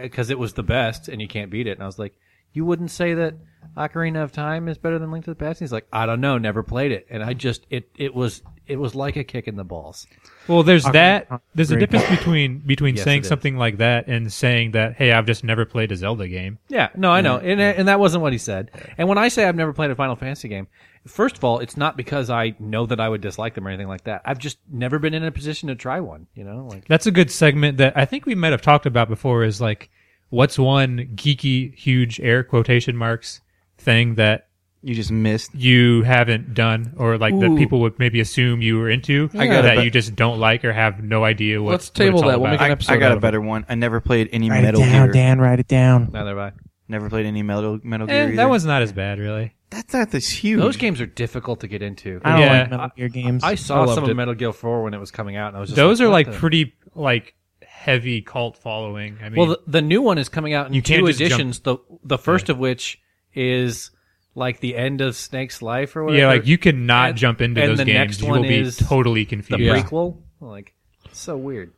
D: because it was the best, and you can't beat it." And I was like, "You wouldn't say that." Ocarina of Time is better than Link to the Past. And he's like, I don't know, never played it, and I just it it was it was like a kick in the balls.
G: Well, there's that. There's a
E: Great.
G: difference between between
D: Yes,
G: saying
D: it is.
G: something like that and saying that, hey, I've just never played a Zelda game.
D: Yeah, no, I know, and and that wasn't what he said. And when I say I've never played a Final Fantasy game, first of all, it's not because I know that I would dislike them or anything like that. I've just never been in a position to try one. You know, like
G: That's a good segment that I think we might have talked about before. Is like, what's one geeky, huge air quotation marks thing that
F: You just missed.
G: you haven't done, or like that people would maybe assume you were into
C: I got it,
G: that
F: but-
G: you just don't like or have no idea what.
C: Let's
G: what it's
C: table
G: all
C: that. We'll make
G: about.
C: an
F: I,
C: episode
F: I
C: out
F: got
C: of
F: a
C: it.
F: better one. I never played any
E: write it
F: Metal
E: down,
F: Gear.
E: Dan. Write it down.
D: neither have I.
F: Never played any Metal Metal Gear.
G: Eh,
F: either.
G: that one's not as bad, really.
F: that's not this huge.
D: Those games are difficult to get into.
E: I don't
G: Yeah.
E: like Metal Gear games.
D: I saw
C: loved
D: some of
C: it.
D: Metal Gear Four when it was coming out, and I was just
G: Those
D: like,
G: are
D: what
G: like
D: the-
G: pretty like heavy cult following. I mean,
D: well, the, the new one is coming out in
G: You can't
D: two
G: just jump-
D: editions. The the first of which is like the end of Snake's life or whatever.
G: yeah, like you cannot
D: and-
G: jump into
D: and
G: those
D: the
G: games.
D: next
G: you
D: one
G: will be
D: is
G: totally
D: the
G: confused.
C: Yeah.
D: prequel. Like so weird.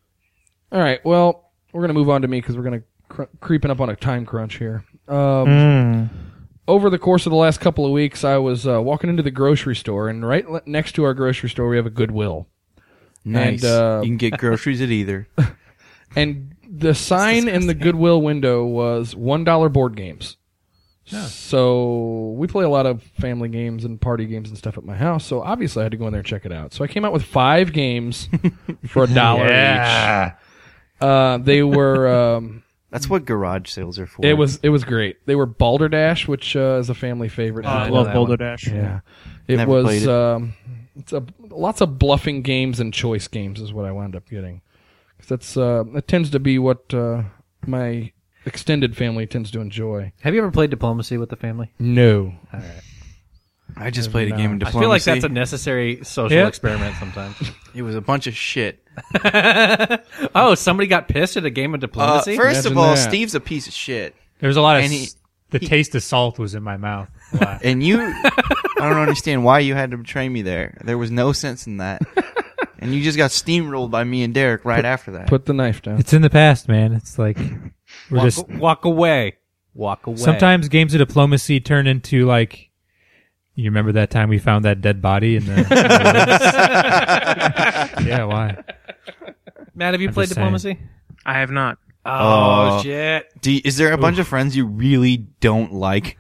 C: All right. Well, we're gonna move on to me because we're gonna cr- creeping up on a time crunch here. Um,
E: Mm.
F: Hmm.
C: Over the course of the last couple of weeks, I was uh, walking into the grocery store, and right le- next to our grocery store, we have a Goodwill, and,
F: nice.
C: uh,
F: you can get groceries at either.
C: and the sign in the Goodwill window was one dollar board games. So we play a lot of family games and party games and stuff at my house. So obviously, I had to go in there and check it out. So I came out with five games for a dollar each.
G: Yeah.
C: Uh, they were. Um,
F: That's what garage sales are for.
C: It was it was great. They were Balderdash, which uh, is a family favorite.
D: I
E: I
D: know
E: love
D: that
E: Boulder
D: one.
E: Dash.
C: yeah, it
F: Never
C: was.
F: played it.
C: Um, it's a lots of bluffing games and choice games is what I wound up getting. 'Cause that's uh, that tends to be what uh, my extended family tends to enjoy.
D: Have you ever played Diplomacy with the family?
C: No,
F: I just played a game of diplomacy.
D: I feel like that's a necessary social
G: Yeah.
D: experiment sometimes.
F: It was a bunch of shit.
D: oh, somebody got pissed at a game of
F: Uh,
D: diplomacy.
F: first
C: Imagine
F: of all,
C: that.
F: Steve's a piece of shit,
G: There was a lot of
F: And he-
G: s- the taste of salt was in my mouth.
F: and you. I don't understand why you had to betray me there. There was no sense in that, and you just got steamrolled by me and Derek right after that.
C: put the knife down.
G: It's in the past, man. It's like we're
D: walk,
G: just
D: walk away. Walk away.
G: sometimes games of diplomacy turn into like you remember that time we found that dead body in the Yeah, why?
D: Matt, have you played
G: just saying.
D: diplomacy?
E: I have not.
D: Oh,
F: Oh.
D: shit!
F: Do you- is there a bunch of friends you really don't like?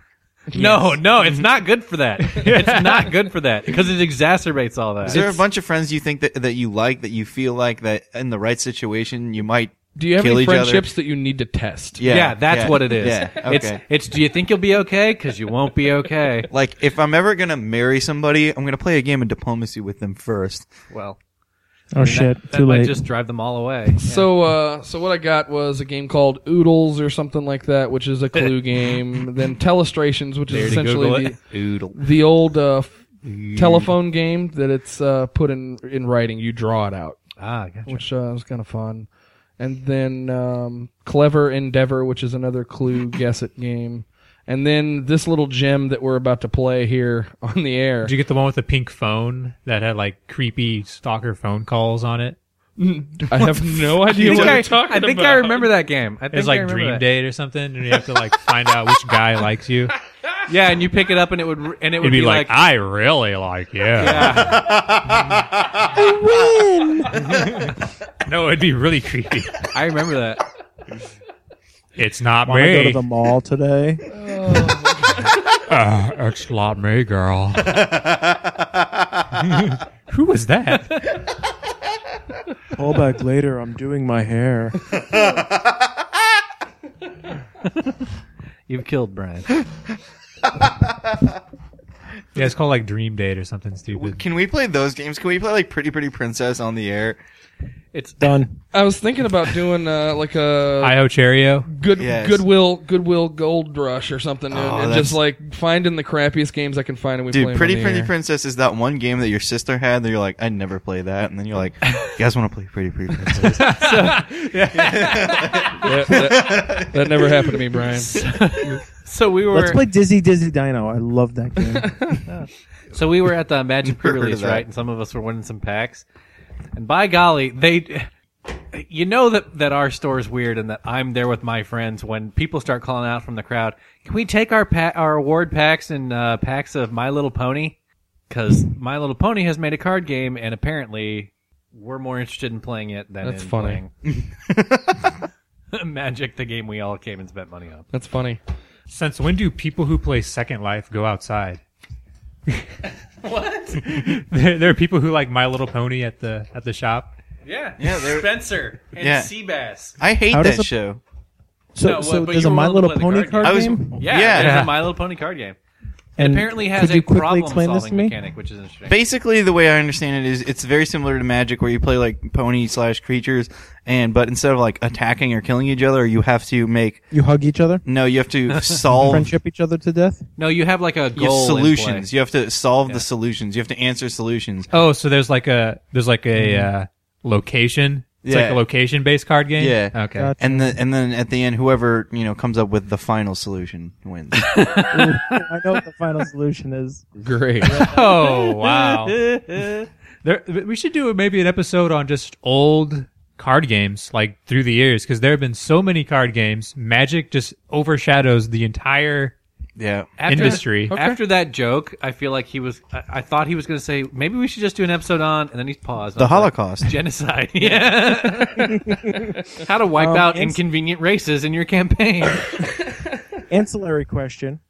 D: No, no, it's not good for that. It's not good for that because it exacerbates all that.
F: Is there a bunch of friends you think that, that you like that you feel like that in the right situation you might?
C: Do you have
F: kill
C: any
F: each other?
C: friendships that you need to test?
F: Yeah,
D: yeah, that's
F: yeah,
D: what it is.
F: Yeah, okay.
D: It's it's. Do you think you'll be okay? Because you won't be okay.
F: like if I'm ever gonna marry somebody, I'm gonna play a game of diplomacy with them first.
D: Well,
E: Oh shit!
D: that
E: Too
D: might
E: late.
D: just drive them all away.
C: So, uh, so what I got was a game called Oodles or something like that, which is a clue game. Then Telestrations, which is essentially the,
F: Oodle.
C: the old uh, f- telephone game that it's uh, put in in writing. You draw it out,
D: Ah, gotcha.
C: which uh, was kind of fun. And then um, Clever Endeavor, which is another clue guess it game. And then this little gem that we're about to play here on the air.
G: Did you get the one with the pink phone that had like creepy stalker phone calls on it?
C: I have no idea
G: You know
D: I
C: what
D: think,
G: what
D: I,
G: I'm talking
D: I think I
G: about.
D: remember that game. I think
G: It was like
D: I remember
G: Dream
D: that.
G: Date or something, and you have to like find out which guy likes you.
D: Yeah, and you pick it up and it would and it would
G: It'd be, like, I really like you. no, it'd be really creepy.
D: I remember that.
G: It's not
E: Want to go to
G: me.
E: the mall today?
G: Uh, it's not me, girl. Who was that?
E: Call back later. I'm doing my hair.
D: You've killed Brian.
G: Yeah, it's called like Dream Date or something stupid.
F: Can we play those games? Can we play like Pretty Pretty Princess on the air?
D: It's
E: Done.
C: I was thinking about doing uh, like a
G: Iocherio.
C: good
F: Yes.
C: Goodwill Goodwill Gold Rush or something, and,
F: Oh,
C: and
F: that's-
C: just like finding the crappiest games I can find and we play
F: Dude,
C: 'em on
F: Pretty
C: the
F: Pretty
C: air.
F: Princess is that one game that your sister had that you're like, I never play that, and then you're like, you guys want to play Pretty Pretty Princess?
C: that, that- that never happened to me, Brian.
D: so we were
E: Let's play Dizzy Dizzy Dino. I love that game.
D: So we were at the Magic
F: Heard of
D: pre-release,
F: that.
D: right? And some of us were winning some packs. And by golly, they, you know that that our store's weird, and that I'm there with my friends when people start calling out from the crowd. Can we take our pa- our award packs and uh, packs of My Little Pony? Because My Little Pony has made a card game, and apparently we're more interested in playing it than
C: That's
D: in
C: funny.
D: playing Magic, the game we all came and spent money on.
C: That's funny.
G: Since when do people who play Second Life go outside? what? there, there are people who like My Little Pony at the at the shop.
D: Yeah,
F: Yeah, they're-
D: Spencer and
F: Yeah.
D: Seabass.
F: I hate
E: How does
F: that
E: a-
F: show.
E: So,
D: No,
E: so
D: but- but
E: there's
D: you
E: a
D: were
E: My
D: able to
E: Little
D: play the
E: Pony
D: card game.
E: card
F: I was,
E: game.
D: Yeah,
F: yeah.
D: there's a My Little Pony card game. It
E: And
D: apparently has
E: could
D: a
E: you quickly
D: problem
E: explain this
D: solving
E: to me?
D: mechanic, which is interesting.
F: Basically, the way I understand it is, it's very similar to Magic, where you play like pony slash creatures, and but instead of like attacking or killing each other, you have to make
E: You hug each other,
F: no, you have to solve
E: friendship each other to death.
D: no, you have like a
F: you
D: goal
F: have
D: in
F: solutions.
D: play.
F: You have to solve the solutions. You have to answer solutions.
G: Oh, so there's like a there's like a uh, location. It's like
F: Yeah.
G: a location based card game.
F: Yeah.
G: Okay.
E: Gotcha.
F: And the, and then at the end, whoever you know comes up with the final solution wins.
E: I know what the final solution is.
C: Great.
G: Oh wow! there, we should do maybe an episode on just old card games, like through the years, because there have been so many card games. Magic just overshadows the entire
F: yeah,
G: industry.
D: After that joke, I feel like he was. I, I thought he was going to say maybe we should just do an episode on, and then he's paused.
F: the
D: I was like,
F: Holocaust.
D: genocide. Yeah. How to wipe
E: Um,
D: out
E: it's-
D: inconvenient races in your campaign.
E: Ancillary question: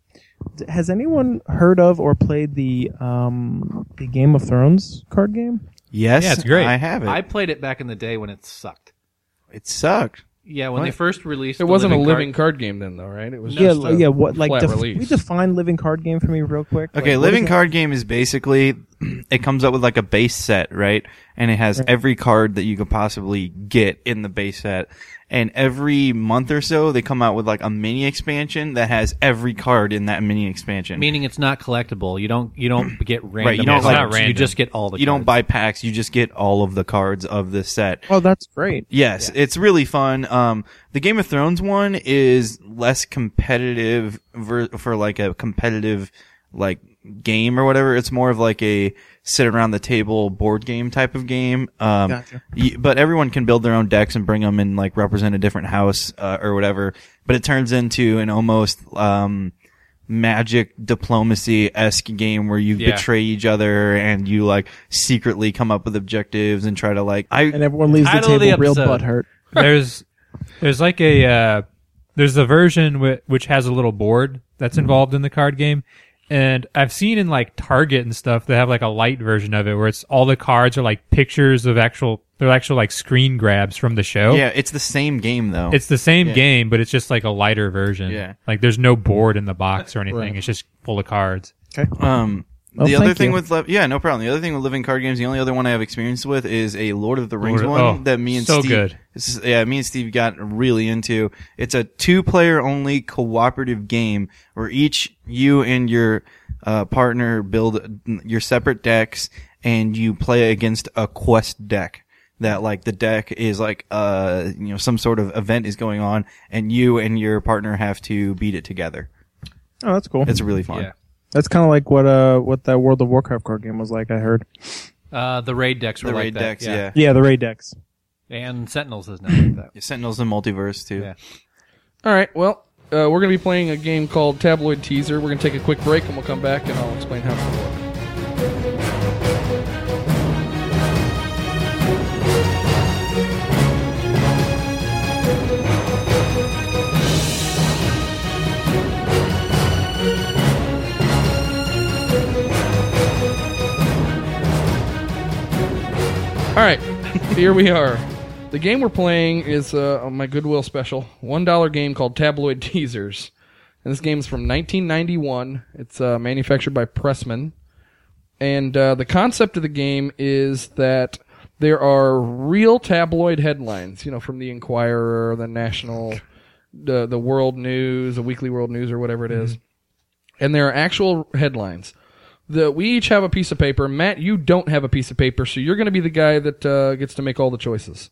E: D- Has anyone heard of or played the um, the Game of Thrones card game?
F: Yes,
G: Yeah, it's great.
F: I have it.
D: I played it back in the day when it sucked.
F: it sucked.
D: Yeah, when they first released,
C: It
D: the
C: wasn't a
D: card-
C: living card, game then, though, right? It was
E: yeah,
C: just a
E: yeah. What like
C: flat
E: def-
C: release.
E: we define living card game for me real quick.
F: Okay,
E: Like, what
F: living
E: is
F: card game is basically it comes up with like a base set, right? And it has every card that you could possibly get in the base set. And every month or so, they come out with like a mini expansion that has every card in that mini expansion.
D: Meaning it's not collectible. You don't. You don't get random.
F: Right, you don't,
D: cards.
F: like-
G: It's not
D: You
G: random.
D: just get all the.
F: you don't
D: cards.
F: buy packs; you just get all of the cards of the set.
E: that? Oh, that's great.
F: Yes, it's really fun. Um, the Game of Thrones one is less competitive ver- for like a competitive like game or whatever. It's more of like a sit around the table board game type of game. Um,
E: Gotcha.
F: y- but everyone can build their own decks and bring them and like represent a different house uh, or whatever. But it turns into an almost um, magic diplomacy esque game where you
D: Yeah.
F: betray each other and you like secretly come up with objectives and try to like I
E: And everyone leaves the
D: Title of
E: table
D: the
E: real
D: episode.
E: butthurt.
G: there's there's like a uh, there's the version w- which has a little board that's involved in the card game and i've seen in like target and stuff they have like a light version of it where it's all the cards are like pictures of actual they're actual like screen grabs from the show
F: Yeah, it's the same game though.
G: Oh. it's the same game but it's just like a lighter version
F: Yeah.
G: like there's no board in the box or anything it's just full of cards
F: um
G: Oh,
E: Well,
F: the other
E: thank
F: thing
E: you.
F: with le- yeah, no problem. The other thing with living card games, the only other one I have experience with is a Lord of the Rings
G: Lord-
F: one
G: oh,
F: that me and
G: so
F: Steve,
G: good.
F: this is- yeah, me and Steve got really into. It's a two-player only cooperative game where each you and your uh, partner build your separate decks and you play against a quest deck that like the deck is like uh you know some sort of event is going on and you and your partner have to beat it together.
E: Oh, that's cool.
F: It's really fun.
D: Yeah.
E: That's kind of like what uh what that World of Warcraft card game was like. I heard.
D: Uh, the raid decks were
F: The
D: like
F: raid
D: that,
F: decks, yeah.
E: Yeah, the raid decks.
D: And Sentinels is not like that.
F: Sentinels and Multiverse too.
D: Yeah.
C: All right. Well, uh, we're going to be playing a game called Tabloid Teaser. We're going to take a quick break, and we'll come back, and I'll explain how it's going to work. All right, here we are. The game we're playing is uh, on my Goodwill special, one dollar game called Tabloid Teasers, and this game is from 1991. It's uh, manufactured by Pressman, and uh, the concept of the game is that there are real tabloid headlines, you know, from the Inquirer, the National, the the World News, the Weekly World News, or whatever it is. and there are actual headlines. The, we each have a piece of paper. Matt, you don't have a piece of paper, so you're going to be the guy that uh, gets to make all the choices.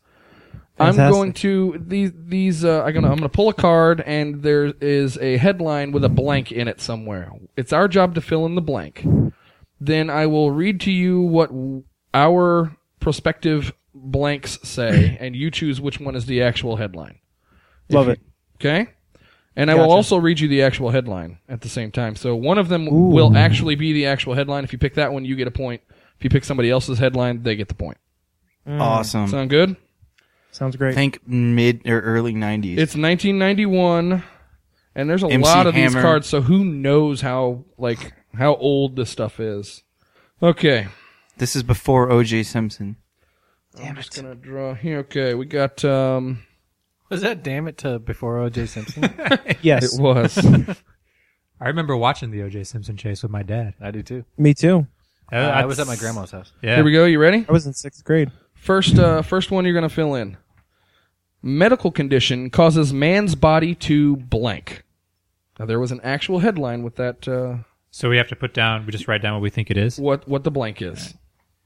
C: I'm
E: Fantastic.
C: going to these these uh, I'm gonna I'm gonna pull a card and there is a headline with a blank in it somewhere. It's our job to fill in the blank. Then I will read to you what w- our prospective blanks say, and you choose which one is the actual headline.
E: Love it.
C: Okay. And I will
E: Gotcha.
C: also read you the actual headline at the same time. So one of them will actually be the actual headline. If you pick that one, you get a point. If you pick somebody else's headline, they get the point. Mm.
F: Awesome.
C: Sound good?
E: Sounds great.
F: think mid or early 90s.
C: It's 1991, and there's a
F: MC
C: lot of these
F: Hammer.
C: cards. So who knows how like how old this stuff is? Okay,
F: this is before O.J. Simpson.
C: I'm just gonna draw here. Okay, we got. um
D: Was that damn it to before O.J. Simpson?
E: yes,
C: It was.
G: I remember watching the O.J. Simpson chase with my dad.
D: I do too.
E: me too.
G: Uh,
D: Uh, I
G: that's-
D: was at my grandma's house.
G: Yeah.
C: here we go. You ready?
E: I was in sixth grade.
C: First, uh, first one you're gonna fill in. Medical condition causes man's body to blank. Now there was an actual headline with that. Uh,
G: So we have to put down. We just write down what we think it is.
C: what what the blank is?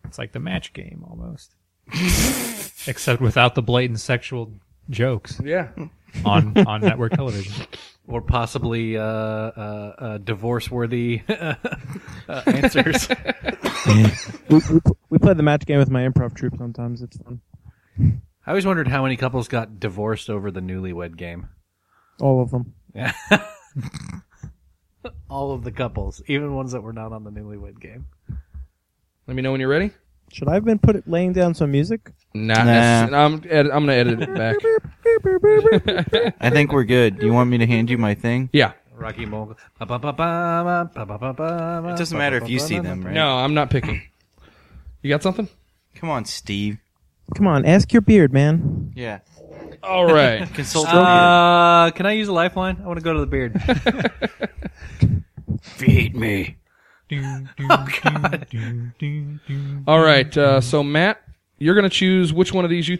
G: It's like the match game almost, except without the blatant sexual jokes
C: Yeah.
G: on on network television.
D: Or possibly uh, uh, uh, divorce-worthy uh, uh, answers.
E: We, we, we play the match game with my improv troupe sometimes. It's fun.
D: I always wondered how many couples got divorced over the newlywed game.
E: All of them.
D: All of the couples, even ones that were not on the newlywed game.
C: Let me know when you're ready.
E: Should I have been put laying down some music?
C: Not
F: Nah.
C: necess- I'm ed- I'm gonna edit it back.
F: I think we're good. Do you want me to hand you my thing?
C: Yeah.
D: Rocky Mogul. It doesn't
F: It doesn't matter if you see them, right?
C: No, I'm not picking. You got something?
F: Come on, Steve.
E: Come on, ask your beard, man.
F: Yeah.
C: All right.
F: Consult
D: Uh, can I use a lifeline? I want to go to the beard. Feed me. Oh,
C: All right. Uh, so, Matt, you're going to choose which one of these you.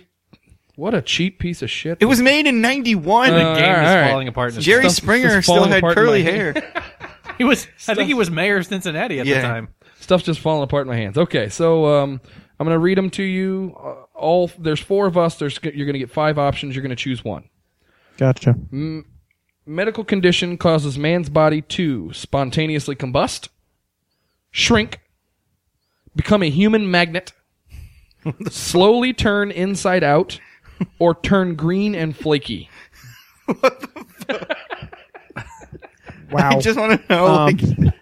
C: What a cheap piece of shit.
F: It was made in 91.
D: The
C: Uh,
D: game
C: all
D: is
C: right.
D: falling apart. in his-
F: Jerry
C: stuff
F: Springer
C: is
F: still
C: falling
F: had
C: apart in
F: curly
C: my
F: hair.
D: He was. I think he was mayor of Cincinnati at
F: Yeah.
D: the time.
C: Stuff's just falling apart in my hands. Okay. So, um, I'm going to read them to you. Uh, all There's four of us. There's You're going to get five options. You're going to choose one.
E: Gotcha.
C: Medical condition causes man's body to spontaneously combust, shrink, become a human magnet, slowly turn inside out, or turn green and flaky.
E: Wow.
F: I just want to know
E: Um,
F: like,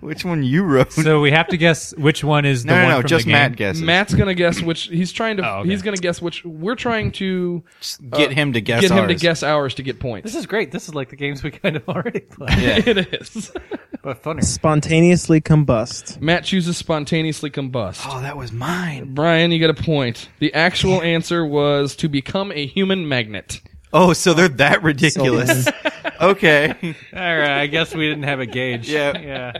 F: which one you wrote.
G: So we have to guess which one is the
F: no,
G: one
F: no, no.
G: from
F: Just
G: the game.
F: Matt guesses.
C: Matt's gonna guess which he's trying to.
G: Oh, okay.
C: He's gonna guess which we're trying to
F: Just get him to guess
C: uh, get him to
F: ours.
C: guess ours to get points.
D: This is great. This is like the games we kind of already played,
F: Yeah.
C: It is.
D: but funner.
E: Spontaneously combust.
C: Matt chooses spontaneously combust.
F: Oh, that was mine.
C: Brian, you get a point. The actual answer was to become a human magnet.
F: Oh, so they're that ridiculous. okay.
D: All right. I guess we didn't have a gauge.
F: Yeah.
D: Yeah.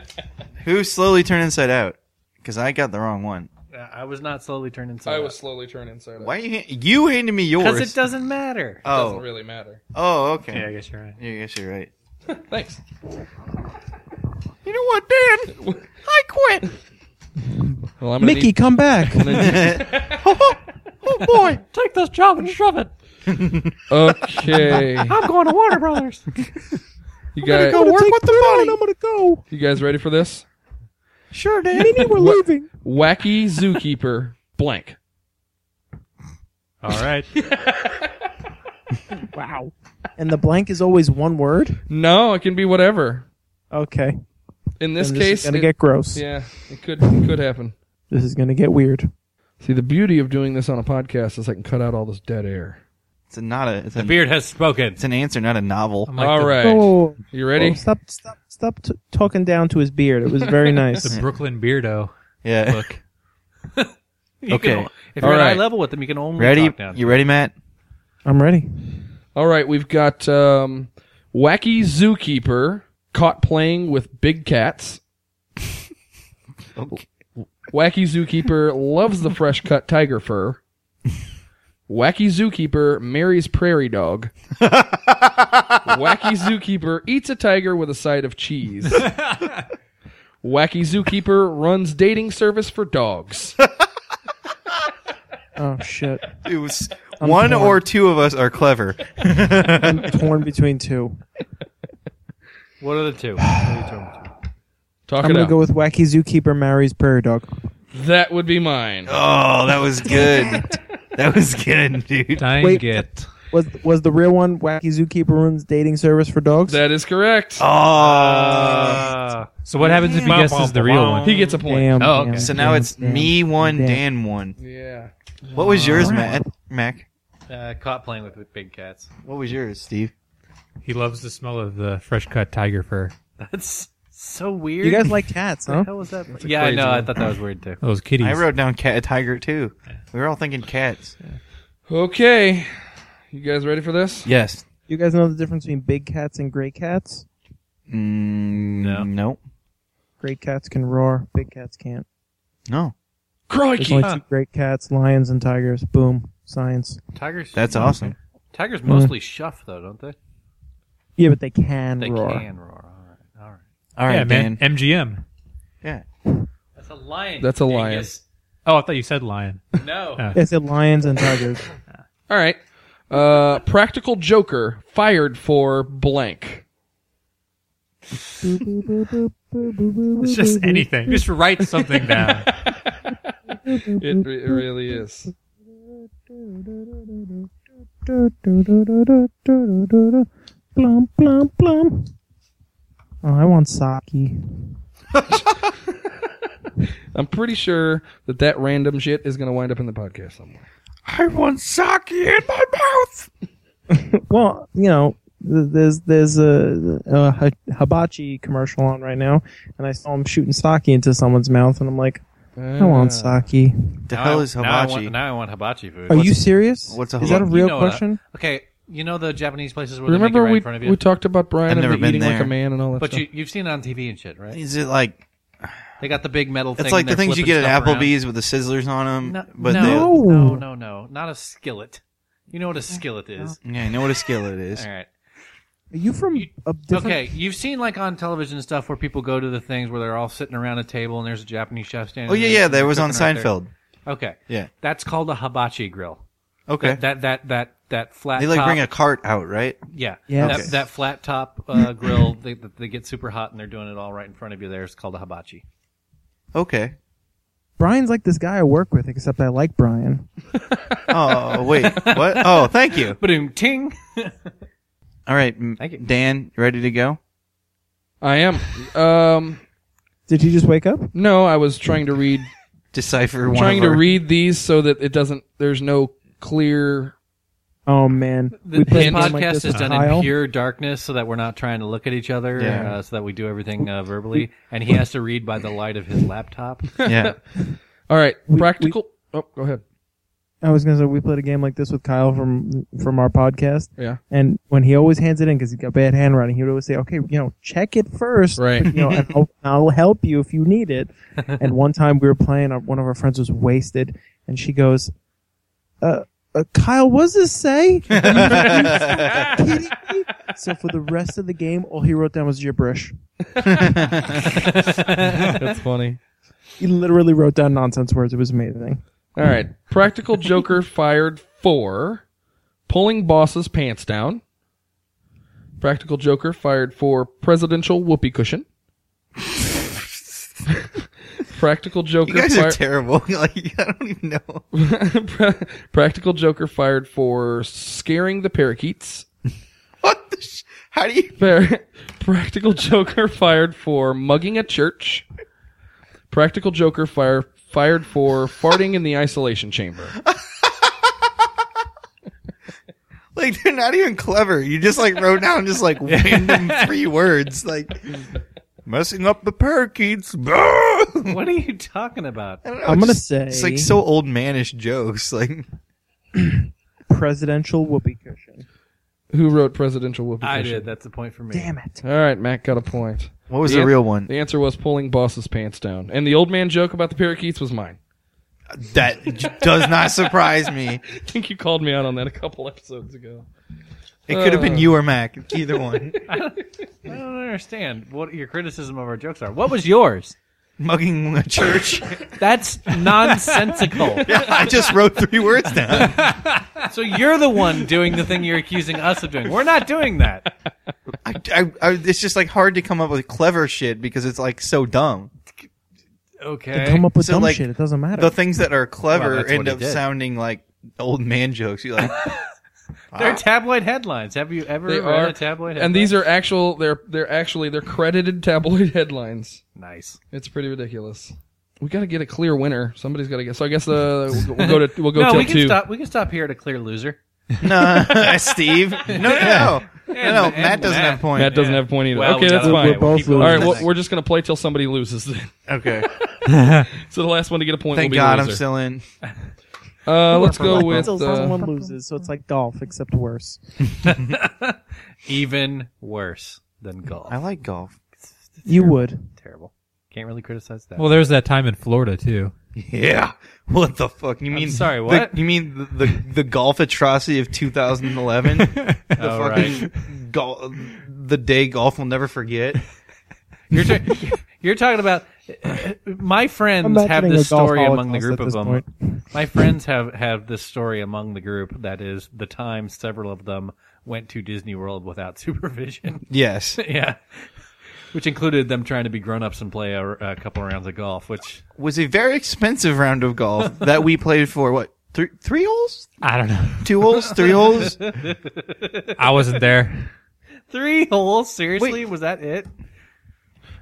F: Who slowly turned inside out? Because I got the wrong one.
D: I was not slowly turned inside.
C: I was slowly turned inside.
F: Why you hand- you handed me yours?
D: Because it doesn't matter.
F: oh,
C: Doesn't really matter.
F: oh, okay.
G: Yeah, I guess you're right.
F: Yeah, I guess you're right.
C: Thanks.
F: You know what, Dan? I quit.
C: Well, I'm gonna
E: Mickey, come back.
F: oh boy.
D: Take this job and shove it.
C: Okay.
D: I'm going to Warner Brothers.
C: You guys,
F: Go work with the money.
E: I'm gonna go.
C: you guys ready for this?
F: Sure, Dan.
E: Minnie, we're leaving.
C: Wacky zookeeper blank.
G: All right.
E: Wow. And the blank is always one word.
C: No, it can be whatever.
E: Okay.
C: In this
E: And
C: case,
E: is gonna
C: it-
E: get gross.
C: yeah, it could it could happen.
E: This is gonna get weird.
C: See, the beauty of doing this on a podcast is I can cut out all this dead air.
F: It's a, not a. It's, a,
D: The beard has spoken.
F: it's an answer, not a novel.
D: Like
C: all
D: the-
C: right,
E: Oh,
C: you ready?
E: oh, stop! Stop! Stop t- talking down to his beard. It was very nice.
G: The Brooklyn Beardo.
F: Yeah.
G: Look.
D: You can
F: Okay.
D: o- if
C: All
D: you're at eye
C: right.
D: level with them, you can only
F: Ready?
D: talk down.
F: You ready, Matt?
E: I'm ready.
C: All right, we've got um, wacky zookeeper caught playing with big cats.
F: Okay.
C: Wacky zookeeper loves the fresh cut tiger fur. Wacky zookeeper marries prairie dog. Wacky zookeeper eats a tiger with a side of cheese. Wacky zookeeper runs dating service for dogs.
E: Oh shit!
F: It was one
E: torn.
F: or two of us are clever.
E: I'm torn between two.
D: What are the two? What are you talking about?
C: Talk
E: I'm
C: it
E: gonna
C: out.
E: go with wacky zookeeper marries prairie dog.
C: that would be mine.
F: Oh, that was good. that was good, dude.
D: Dang
E: Wait.
D: it.
E: Was was the real one wacky zookeeper runs dating service for dogs?
C: That is correct.
F: Oh.
D: Uh,
G: So what happens if he guesses the real one?
C: He gets a point.
E: Damn,
G: Oh,
E: damn,
G: okay.
F: So now
E: damn,
F: it's
E: damn.
F: me one,
E: damn.
F: Dan one.
C: Yeah.
F: What was yours, Matt? Mac?
D: Uh, caught playing with, with big cats.
F: What was yours, Steve?
G: He loves the smell of the fresh cut tiger fur.
D: That's so weird.
E: You guys like cats, huh?
D: How was that? Yeah, I
C: crazy
D: know. I
C: one.
D: thought that was weird too.
G: Those kitties.
F: I wrote down cat tiger too. We were all thinking cats.
C: Okay. You guys ready for this?
F: Yes.
E: You guys know the difference between big cats and gray cats?
F: Mm, no.
D: No.
F: No.
E: Great cats can roar. Big cats can't.
F: No.
E: There's
C: Crikey.
E: only two great cats, lions and tigers. Boom. Science.
D: Tigers.
F: That's awesome.
D: Tigers mostly shuff though, don't they?
E: Yeah, but they can
D: They
E: roar.
D: can roar. All right. All right.
F: All right,
G: yeah,
F: man.
G: man. MGM.
F: Yeah.
D: That's a lion.
C: That's a
D: dingus.
G: Oh, I thought you said lion.
D: No.
G: Yeah.
E: They said lions and tigers.
C: All right. Uh, Practical Joker fired for blank.
G: It's just anything. Just write something down.
C: It, re- it really is.
E: Oh, Blum, blum, blum. Oh, I want sake.
C: I'm pretty sure that that random shit is going to wind up in the podcast somewhere.
F: I want sake in my mouth.
E: Well, you know, th- there's there's a, a hi- hibachi commercial on right now, and I saw him shooting sake into someone's mouth, and I'm like, I
C: Uh,
E: want sake.
F: The
D: Now
F: hell
D: I-
F: is
D: now I want-
F: hibachi?
D: Now I want hibachi food.
E: Are you serious?
F: what's a
E: Is that a
F: hibachi?
E: real
D: You know that.
E: question?
D: Okay, you know the Japanese places where
C: Remember
D: they make it right
C: we
D: in front of you,
C: we talked about Brian
F: I've
C: and
F: never
C: the
F: been
C: eating like
F: there.
C: a man and all that
D: but
C: stuff.
D: you you've seen it on TV and shit, right?
F: Is it like
D: They got the big metal.
F: it's
D: thing
F: like
D: and
F: the
D: they're
F: things you
D: flipping
F: get at
D: stuff around.
F: Applebee's with the sizzlers on them?
D: No,
F: but
D: no,
E: they-
D: no, no, no, not a skillet. You know what a skillet is?
F: They, yeah, I know what a skillet is.
D: All right.
E: Are you from a different?
D: Okay, you've seen like on television stuff where people go to the things where they're all sitting around a table and there's a Japanese chef standing.
F: Oh yeah,
D: there
F: yeah, that was on
D: cooking right there.
F: Seinfeld.
D: Okay,
F: Yeah.
D: that's called a hibachi grill.
F: Okay.
D: That that that that flat.
F: they like
D: top,
F: bring a cart out, right?
D: yeah
E: Yes.
D: that,
F: Okay.
D: that flat top uh, grill. They they get super hot and they're doing it all right in front of you. There, it's called a hibachi.
F: Okay.
E: Brian's like this guy I work with, except I like Brian.
F: Oh wait, what? Oh, thank you.
D: Boom, ting.
F: All right, m-
D: Thank you.
F: Dan, you ready to go?
C: I am. Um,
E: Did you just wake up?
C: no, I was trying to read
F: Decipher one.
C: trying
F: of
C: to
F: our-
C: read these so that it doesn't. There's no clear.
E: Oh man,
D: The, this
E: played a game
D: podcast
E: like this
D: is
E: with
D: done
E: Kyle.
D: in pure darkness, so that we're not trying to look at each other,
F: Yeah.
D: uh, so that we do everything uh, verbally. And he has to read by the light of his laptop.
F: Yeah.
C: All right, practical. oh, go ahead.
E: I was gonna say we played a game like this with Kyle from from our podcast,
C: Yeah.
E: and when he always hands it in because he got bad handwriting, he would always say, "Okay, you know, check it first,
C: Right.
E: You know, and I'll, I'll help you if you need it." and one time we were playing, our, one of our friends was wasted, and she goes, "Uh, uh Kyle, what does this say?" Are you kidding me? So for the rest of the game, all he wrote down was gibberish.
C: That's funny.
E: He literally wrote down nonsense words. It was amazing.
C: All right, practical Joker fired for pulling boss's pants down. Practical Joker fired for presidential whoopee cushion. practical Joker
F: You guys are
C: fired.
F: terrible. like I don't even know.
C: Pra- Practical Joker fired for scaring the parakeets.
F: What the? Sh- how do you?
C: Par- Practical Joker fired for mugging a church. Practical Joker fire- fired for farting in the isolation chamber.
F: Like they're not even clever. You just like wrote down just like random three words like messing up the parakeets. I don't know,
D: what are you talking about?
E: I'm gonna
F: just-
E: say
F: it's like so old manish jokes. Like
E: presidential whoopee cushion.
C: Who wrote presidential whoopee?
D: I
C: cushion?
D: did. That's a point for me.
E: Damn it.
C: All right, Mac got a point.
F: what was
C: Yeah.
F: the real one?
C: The answer was pulling boss's pants down, and the old man joke about the parakeets was mine.
F: That j- does not surprise me.
C: I think you called me out on that a couple episodes ago.
F: It could have
D: Uh.
F: been you or Mac, either one.
D: I don't understand what your criticism of our jokes are. What was yours?
F: Mugging a church.
D: That's nonsensical.
F: I just wrote three words down.
D: So you're the one doing the thing you're accusing us of doing. We're not doing that.
F: I, I, I, it's just like hard to come up with clever shit because it's like so dumb.
D: Okay.
E: Come up with
F: So,
E: dumb
F: like,
E: shit. It doesn't matter.
F: The things that are clever
D: Well, that's what
F: end
D: he
F: up
D: did.
F: sounding like old man jokes. You're like,
D: They're tabloid headlines. Have you ever
C: They
D: read
C: are,
D: a tabloid headline?
C: and these are actual. They're they're actually they're credited tabloid headlines.
D: nice.
C: It's pretty ridiculous. We got to get a clear winner. Somebody's got to get. So I guess uh, we'll go- we'll go to we'll go
D: no,
C: till
D: we can
C: two.
D: stop. We can stop here at a clear loser.
F: no, Steve. No, no, no. No, no,
D: and
F: Matt doesn't
D: Matt.
F: have a point.
C: Matt doesn't have a point either.
D: Well,
C: okay,
D: we
C: that's
D: gotta-
C: fine.
E: We're both
D: keep going
C: All
E: losing.
C: right,
D: to the
C: well,
D: next.
C: we're just gonna play till somebody loses. Then.
F: Okay.
C: So the last one to get a point
F: Thank
C: will be
F: God
C: the
F: I'm
C: loser.
F: still in.
C: uh, let's go with.
E: Still
C: Uh,
E: someone loses, so it's like golf except worse.
D: Even worse than golf.
F: I like golf.
E: You would.
D: Terrible. Can't really criticize that.
G: Well, there's that time in Florida too.
F: Yeah. What the fuck? You mean?
D: sorry,
F: the-
D: what?
F: you mean the, the the golf atrocity of 2011? the
D: Oh,
F: fucking gol- the day golf will never forget.
D: You're, ta- you're talking about my
E: I'm
D: friends
E: not
D: have
E: getting
D: this
E: a golf
D: story among the
E: holocaust
D: group
E: at
D: of
E: this
D: them.
E: point.
D: My friends have have this story among the group that is the time several of them went to Disney World without supervision.
F: Yes.
D: yeah, which included them trying to be grown ups and play a, a couple rounds of golf. Which
F: was a very expensive round of golf that we played for what three three holes,
G: I don't know.
F: two holes, three holes.
G: I wasn't there.
D: three holes? Seriously,
F: Wait.
D: was that it?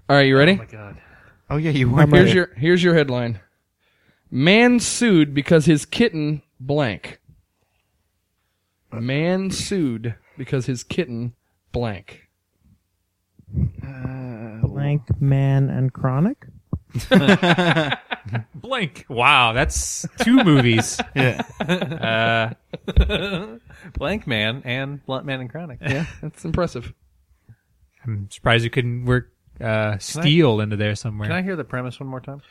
C: all right, you ready?
D: my god.
F: Oh yeah, you won.
C: Here's your here's your headline. Man sued because his kitten blank. Man sued because his kitten blank.
E: Blank man and chronic.
G: Blank. Wow, that's two movies.
F: Yeah.
G: Uh,
D: Blank Man and Blunt Man and Chronic.
C: Yeah, that's impressive.
G: I'm surprised you couldn't work uh, steel into there somewhere.
D: Can I hear the premise one more time?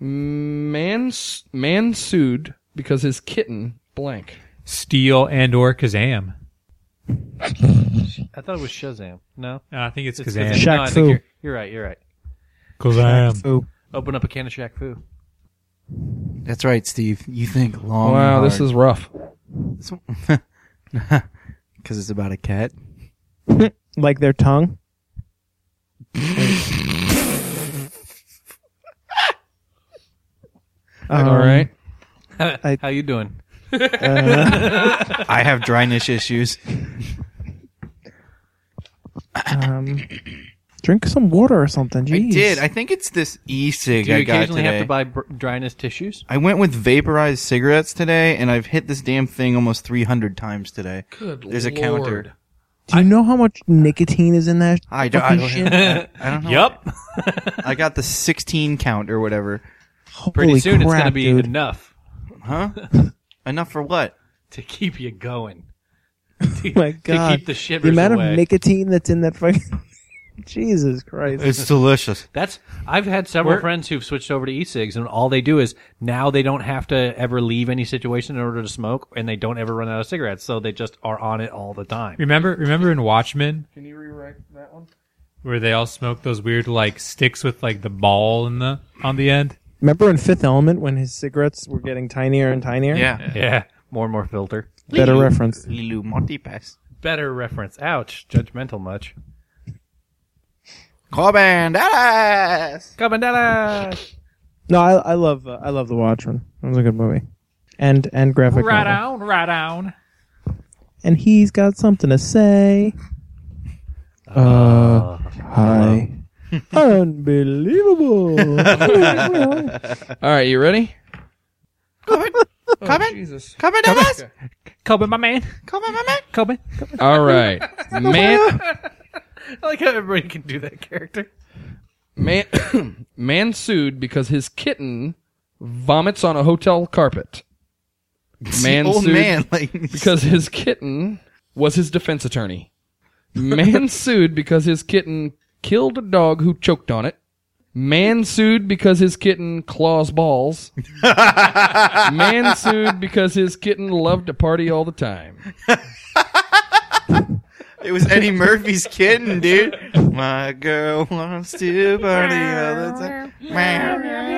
C: Man s- man sued because his kitten blank.
G: Steel and or Kazam.
D: I thought it was Shazam. No,
G: No, Uh, I think it's
D: It's
G: Kazam.
E: Shaq
D: No, I
E: Fu.
D: think you're, you're right. You're right.
H: Because I am.
E: Oh,
D: Open up a can of Shaq Fu.
F: That's right, Steve. You think long.
C: Wow, this is rough.
F: because it's about a cat.
E: like their tongue.
C: All
E: Um,
C: right.
D: How you doing?
F: I have dryness issues.
E: Um, drink some water or something.
F: I
E: Jeez.
F: did. I think it's this e-cig
D: Do you
F: I got
D: occasionally
F: today.
D: have to buy br- dryness tissues?
F: I went with vaporized cigarettes today, and I've hit this damn thing almost 300 times today.
C: Good
F: There's a
C: Lord.
F: counter.
E: Do you know how much nicotine is in that?
F: I don't, I
E: fucking
F: don't,
E: shit?
F: I don't know.
D: Yup.
F: I got the 16 count or whatever.
D: Pretty
E: Holy
D: soon
E: crap,
D: it's going to be
E: dude.
D: enough
F: Huh? Enough for what?
D: to keep you going. To,
E: Oh my
D: to
E: God.
D: keep the shivers
E: the amount
D: away.
E: of nicotine that's in that fucking. Jesus Christ.
F: It's delicious.
D: That's I've had several friends who've switched over to e-cigs, and all they do is now they don't have to ever leave any situation in order to smoke, and they don't ever run out of cigarettes, so they just are on it all the time.
G: Remember, remember in Watchmen
C: Can you rewrite that one?
G: where they all smoke those weird like sticks with like the ball in the on the end.
E: Remember in Fifth Element when his cigarettes were getting tinier and tinier?
F: Yeah.
D: Yeah, more and more filter.
E: Better reference.
F: Lilu Monty Pass.
D: Better reference. Ouch, judgmental much.
F: Corbin Dallas!
D: Cabandela.
E: No, I, I love uh, I love The Watchmen. That was a good movie. And and graphic
G: Right
E: novel.
G: on, right on.
E: And he's got something to say. Uh,
C: Oh,
E: hi. Unbelievable.
C: All right, you ready?
F: Corbin!
C: Oh,
F: Corbin!
C: Jesus.
F: Corbin Dallas!
G: Coben, my man.
F: Corbin, my man!
D: Coben.
C: All right. Man
D: I like how everybody can do that character.
C: man man sued because his kitten vomits on a hotel carpet. Man
F: old
C: sued
F: Oh, man, like
C: because his kitten was his defense attorney. Man sued because his kitten killed a dog who choked on it. Man sued because his kitten claws balls. Man sued because his kitten loved to party all the time.
F: It was Eddie Murphy's kitten, dude. My girl wants to party all the time.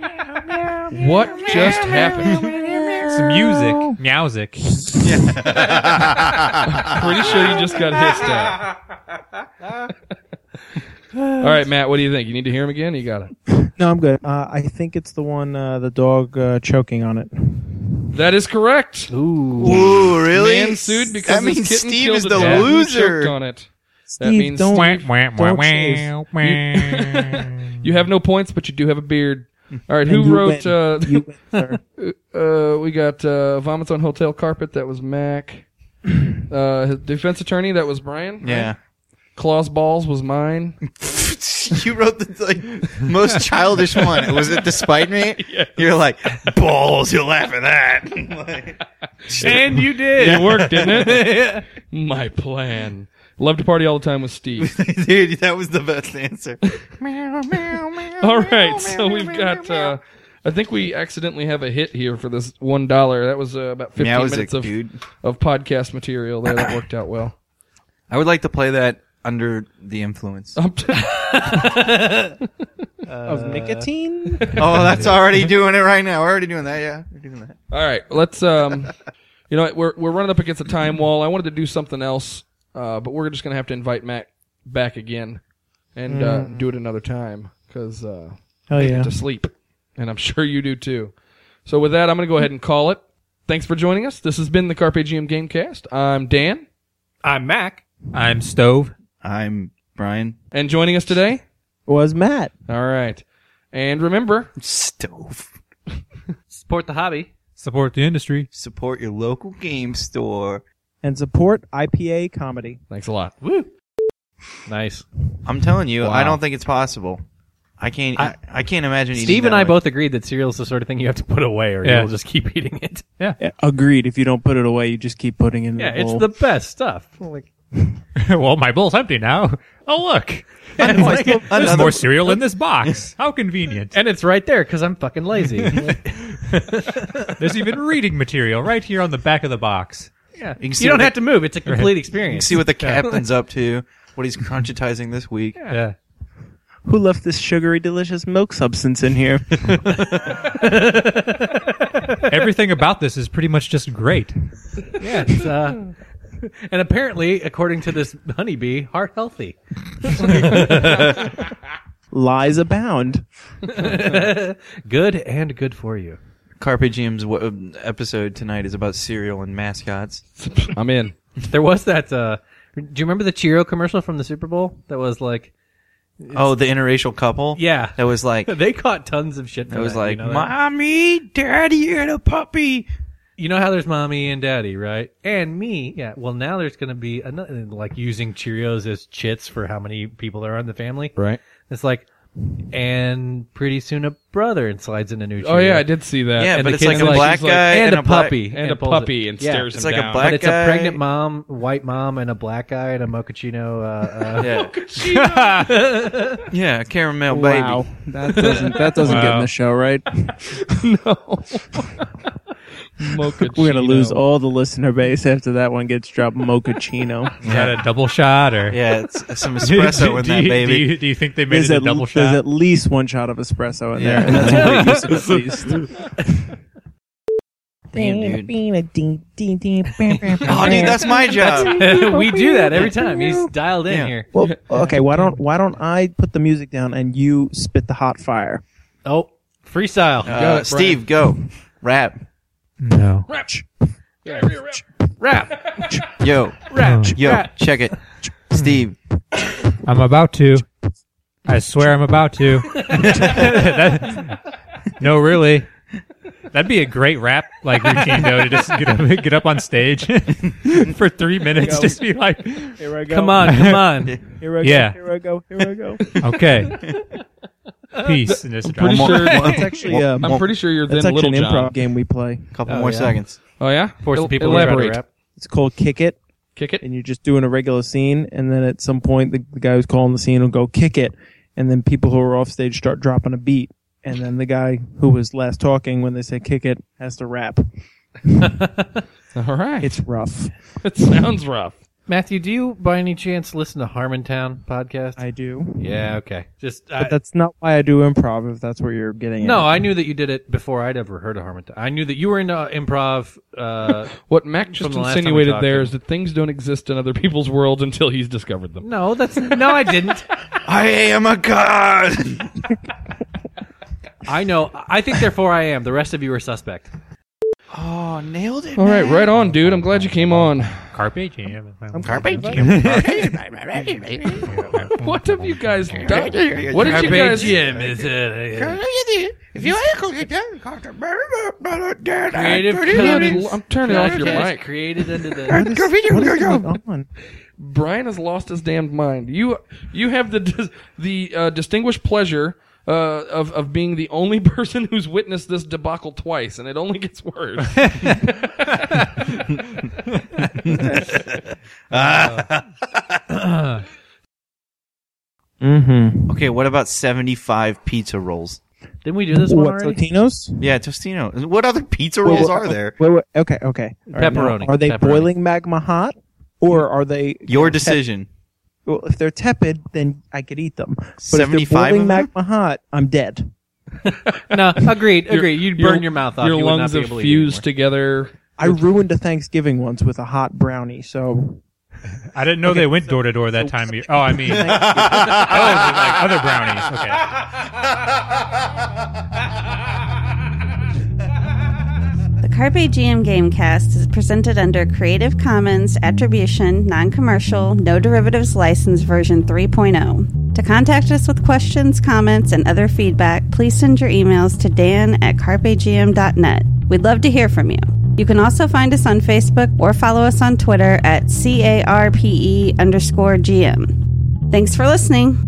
C: What just happened?
G: It's music, music.
C: Pretty sure you just got hissed at. all right, Matt, what do you think? You need to hear him again? You got it.
E: No, I'm good. Uh, I think it's the one uh, the dog uh, choking on it.
C: That is correct.
F: Ooh, really?
C: Man sued because
F: that means
C: his kitten
F: Steve
C: killed
F: is
C: a
F: the
C: dog who
F: loser.
C: choked on it. That
E: Steve,
C: means
E: don't-
C: Steve-
E: Don't sneeze.
C: you have no points, but you do have a beard. All right,
E: And
C: who
E: you
C: wrote?
E: win.
C: Uh,
E: You win, sir.
C: uh, we got uh, vomits on hotel carpet. That was Mac. Uh, his defense attorney. That was Brian.
F: Yeah.
C: Claws balls was mine.
F: you wrote the like, most childish one. Was it despite me? You're like balls. You'll laugh at that. Like,
C: and you did. It worked, didn't it? My plan. Love to party all the time with Steve.
F: dude, that was the best answer.
C: all right, so we've got. Uh, I think we accidentally have a hit here for this one dollar. That was uh, about fifteen minutes
F: Meowsic,
C: of
F: dude.
C: of podcast material there. That worked out well.
F: I would like to play that under the influence.
C: I'm t-
E: of nicotine.
F: Oh, that's already doing it right now. We're already doing that. Yeah, we're doing that.
C: All right, let's. Um, you know, what, we're we're running up against a time wall. I wanted to do something else, uh, but we're just gonna have to invite Mac back again and uh, do it another time because uh,
E: Mm. Hell yeah.
C: to sleep, and I'm sure you do too. So with that, I'm gonna go ahead and call it. Thanks for joining us. This has been the Carpe GM Gamecast. I'm Dan,
D: I'm Mac.
G: I'm stove.
F: I'm Brian
C: and joining us today.
E: Was Matt.
C: All right, and remember,
F: Stove.
D: Support the hobby.
G: Support the industry.
F: Support your local game store.
E: And support IPA comedy.
C: thanks a lot.
D: Nice.
F: I'm telling you, I
C: Wow.
F: don't think it's possible. I can't. I, I can't imagine. eating
D: Steve and
F: that
D: I
F: much.
D: both agreed that cereal is the sort of thing you have to put away, or
G: Yeah.
D: you'll just keep eating it.
E: agreed. If you don't put it away, you just keep putting it in
D: Yeah, it's the best stuff.
G: well, my bowl's empty now. Oh look, It's like, there's
F: another-
G: more cereal in this box. How convenient.
D: And it's right there because I'm fucking lazy.
G: There's even reading material right here on the back of the box.
D: yeah.
F: You can
D: You,
F: see
D: don't
F: what
D: have to move. It's a complete experience.
F: see what the captain's up to. What he's crunchitizing this week.
G: Yeah.
E: Who left this sugary, delicious milk substance in here?
G: Everything about this is pretty much just great.
D: Yeah, it's, uh, and apparently, according to this honeybee, heart healthy.
E: Lies abound.
D: Good and good for you.
F: Carpe Diem's w- episode tonight is about cereal and mascots.
C: I'm in.
D: There was that. Uh, do you remember the Cheerio commercial from the Super Bowl that was like,
F: oh, the interracial couple.
D: yeah,
F: that was like. That
D: they caught tons of shit. For
F: was
D: that,
F: like,
D: you know, that?
F: mommy, daddy, and a puppy.
D: you know how there's mommy and daddy, right? And me, yeah. Well, now there's going to be another like using Cheerios as chits for how many people there are in the family.
C: Right.
D: It's like, and pretty soon a brother and slides in a new. Cheerio.
C: Oh yeah, I did see that.
F: Yeah,
D: And
F: but
D: the
F: it's like
D: kid's
F: a
D: like-
F: black
D: she's
C: like,
F: guy
D: and, a
F: black-
D: puppy
C: and a
D: pulls
C: puppy
D: it.
C: and
D: Yeah.
C: stares
F: It's
C: him
F: like a
C: down.
F: black-
D: but it's
F: guy-
D: a pregnant mom, white mom, and a black guy, and a mochaccino. Uh, uh,
F: Yeah. yeah, caramel baby.
E: Wow, that doesn't that doesn't get in the show, right?
C: Mochaccino.
E: We're gonna lose all the listener base after that one gets dropped. Mochaccino.
G: Is that a double shot or?
F: Yeah, it's some
G: Do you-
F: espresso in
G: do
F: that
G: you-
F: baby.
G: Do you, do you think they made
E: There's
G: it a
E: at,
G: double
E: there's
G: shot?
E: at least one shot of espresso in
F: Yeah.
E: there, and that's a great use of at least.
F: Damn, dude. oh, dude, that's my job.
D: uh, we do that every time. He's dialed in
F: Yeah.
D: here.
E: Well, okay. Why don't why don't I put the music down and you spit the hot fire?
D: Oh, freestyle.
F: Uh, Steve, go. Rap.
G: no.
F: Yo.
G: Rap.
F: Yo, check it. Steve.
G: I'm about to. I swear I'm about to. That- no, really. That'd be a great rap like routine though to just get up, get up on stage for three minutes, just be like,
E: Here I go.
D: come on, come on.
E: Here I
G: go, Yeah.
E: Here I go. Here I go.
G: okay, peace. And just
C: Pretty
G: drop.
C: sure. um,
E: That's actually uh,
C: I'm pretty sure you're
E: that's
C: then
E: actually
C: Little
E: an
C: John.
E: improv game we play.
F: couple
D: Oh,
F: more
D: yeah.
F: seconds.
C: Oh yeah,
D: Force
C: El-
D: the people to try to
C: elaborate.
D: rap.
E: It's called Kick It.
C: Kick it.
E: and you're just doing a regular scene, and then at some point the, the guy who's calling the scene will go kick it, and then people who are off stage start dropping a beat, and then the guy who was last talking when they say kick it has to rap.
C: All right.
E: It's rough.
C: it sounds rough.
D: Matthew, do you by any chance listen to Harmontown podcast?
E: I do,
D: yeah, okay. Just I,
E: but that's not why I do improv. If that's what you're getting
D: no,
E: at.
D: I knew that you did it before I'd ever heard of Harmontown. I knew that you were into improv. Uh,
C: What Mac just
D: the last time we
C: insinuated
D: talked,
C: there
D: yeah.
C: is that things don't exist in other people's worlds until he's discovered them.
D: no, that's no, I didn't.
F: I am a god.
D: I know. I think therefore I am. The rest of you are suspect.
F: oh, nailed it.
C: All right, right on, dude. I'm glad you came on.
G: Carpe Diem.
F: Carpe
C: What have you guys done? What did you guys?
D: Creative
C: Dude,
D: Commons.
C: I'm turning off your
D: podcast
C: mic.
D: Created under the.
E: What is going on?
C: Brian has lost his damned mind. You you have the dis- the uh, distinguished pleasure uh, of of being the only person who's witnessed this debacle twice, and it only gets worse.
E: Mm-hmm.
F: Okay, what about 75 pizza rolls?
D: Didn't we do this one
E: What
D: already?
E: Latinos?
F: Yeah, Tostino. What other pizza rolls are there?
E: Wait, wait, okay, okay. All now,
D: Pepperoni,
E: are they
D: pepperoni.
E: boiling magma hot, or are they?
F: Your decision.
E: Well, if they're tepid, then I could eat them. But if
F: 75
E: they're
F: of
E: boiling
F: them?
E: magma hot, I'm dead.
D: No, agreed. Agreed. You'd burn your, mouth off.
C: Your
D: you
C: lungs
D: would
C: are
D: not be able to eat anymore.
C: fused together.
E: I ruined a Thanksgiving once with a hot brownie, so
G: I didn't know they went door to door that time. of year. Oh, I mean, oh, like other brownies. Okay.
I: The Carpe GM Gamecast is presented under Creative Commons Attribution, Non Commercial, No Derivatives License version 3.0. To contact us with questions, comments, and other feedback, please send your emails to dan at carpegm.net. We'd love to hear from you. You can also find us on Facebook or follow E us on Twitter at CARPE underscore GM. Thanks for listening.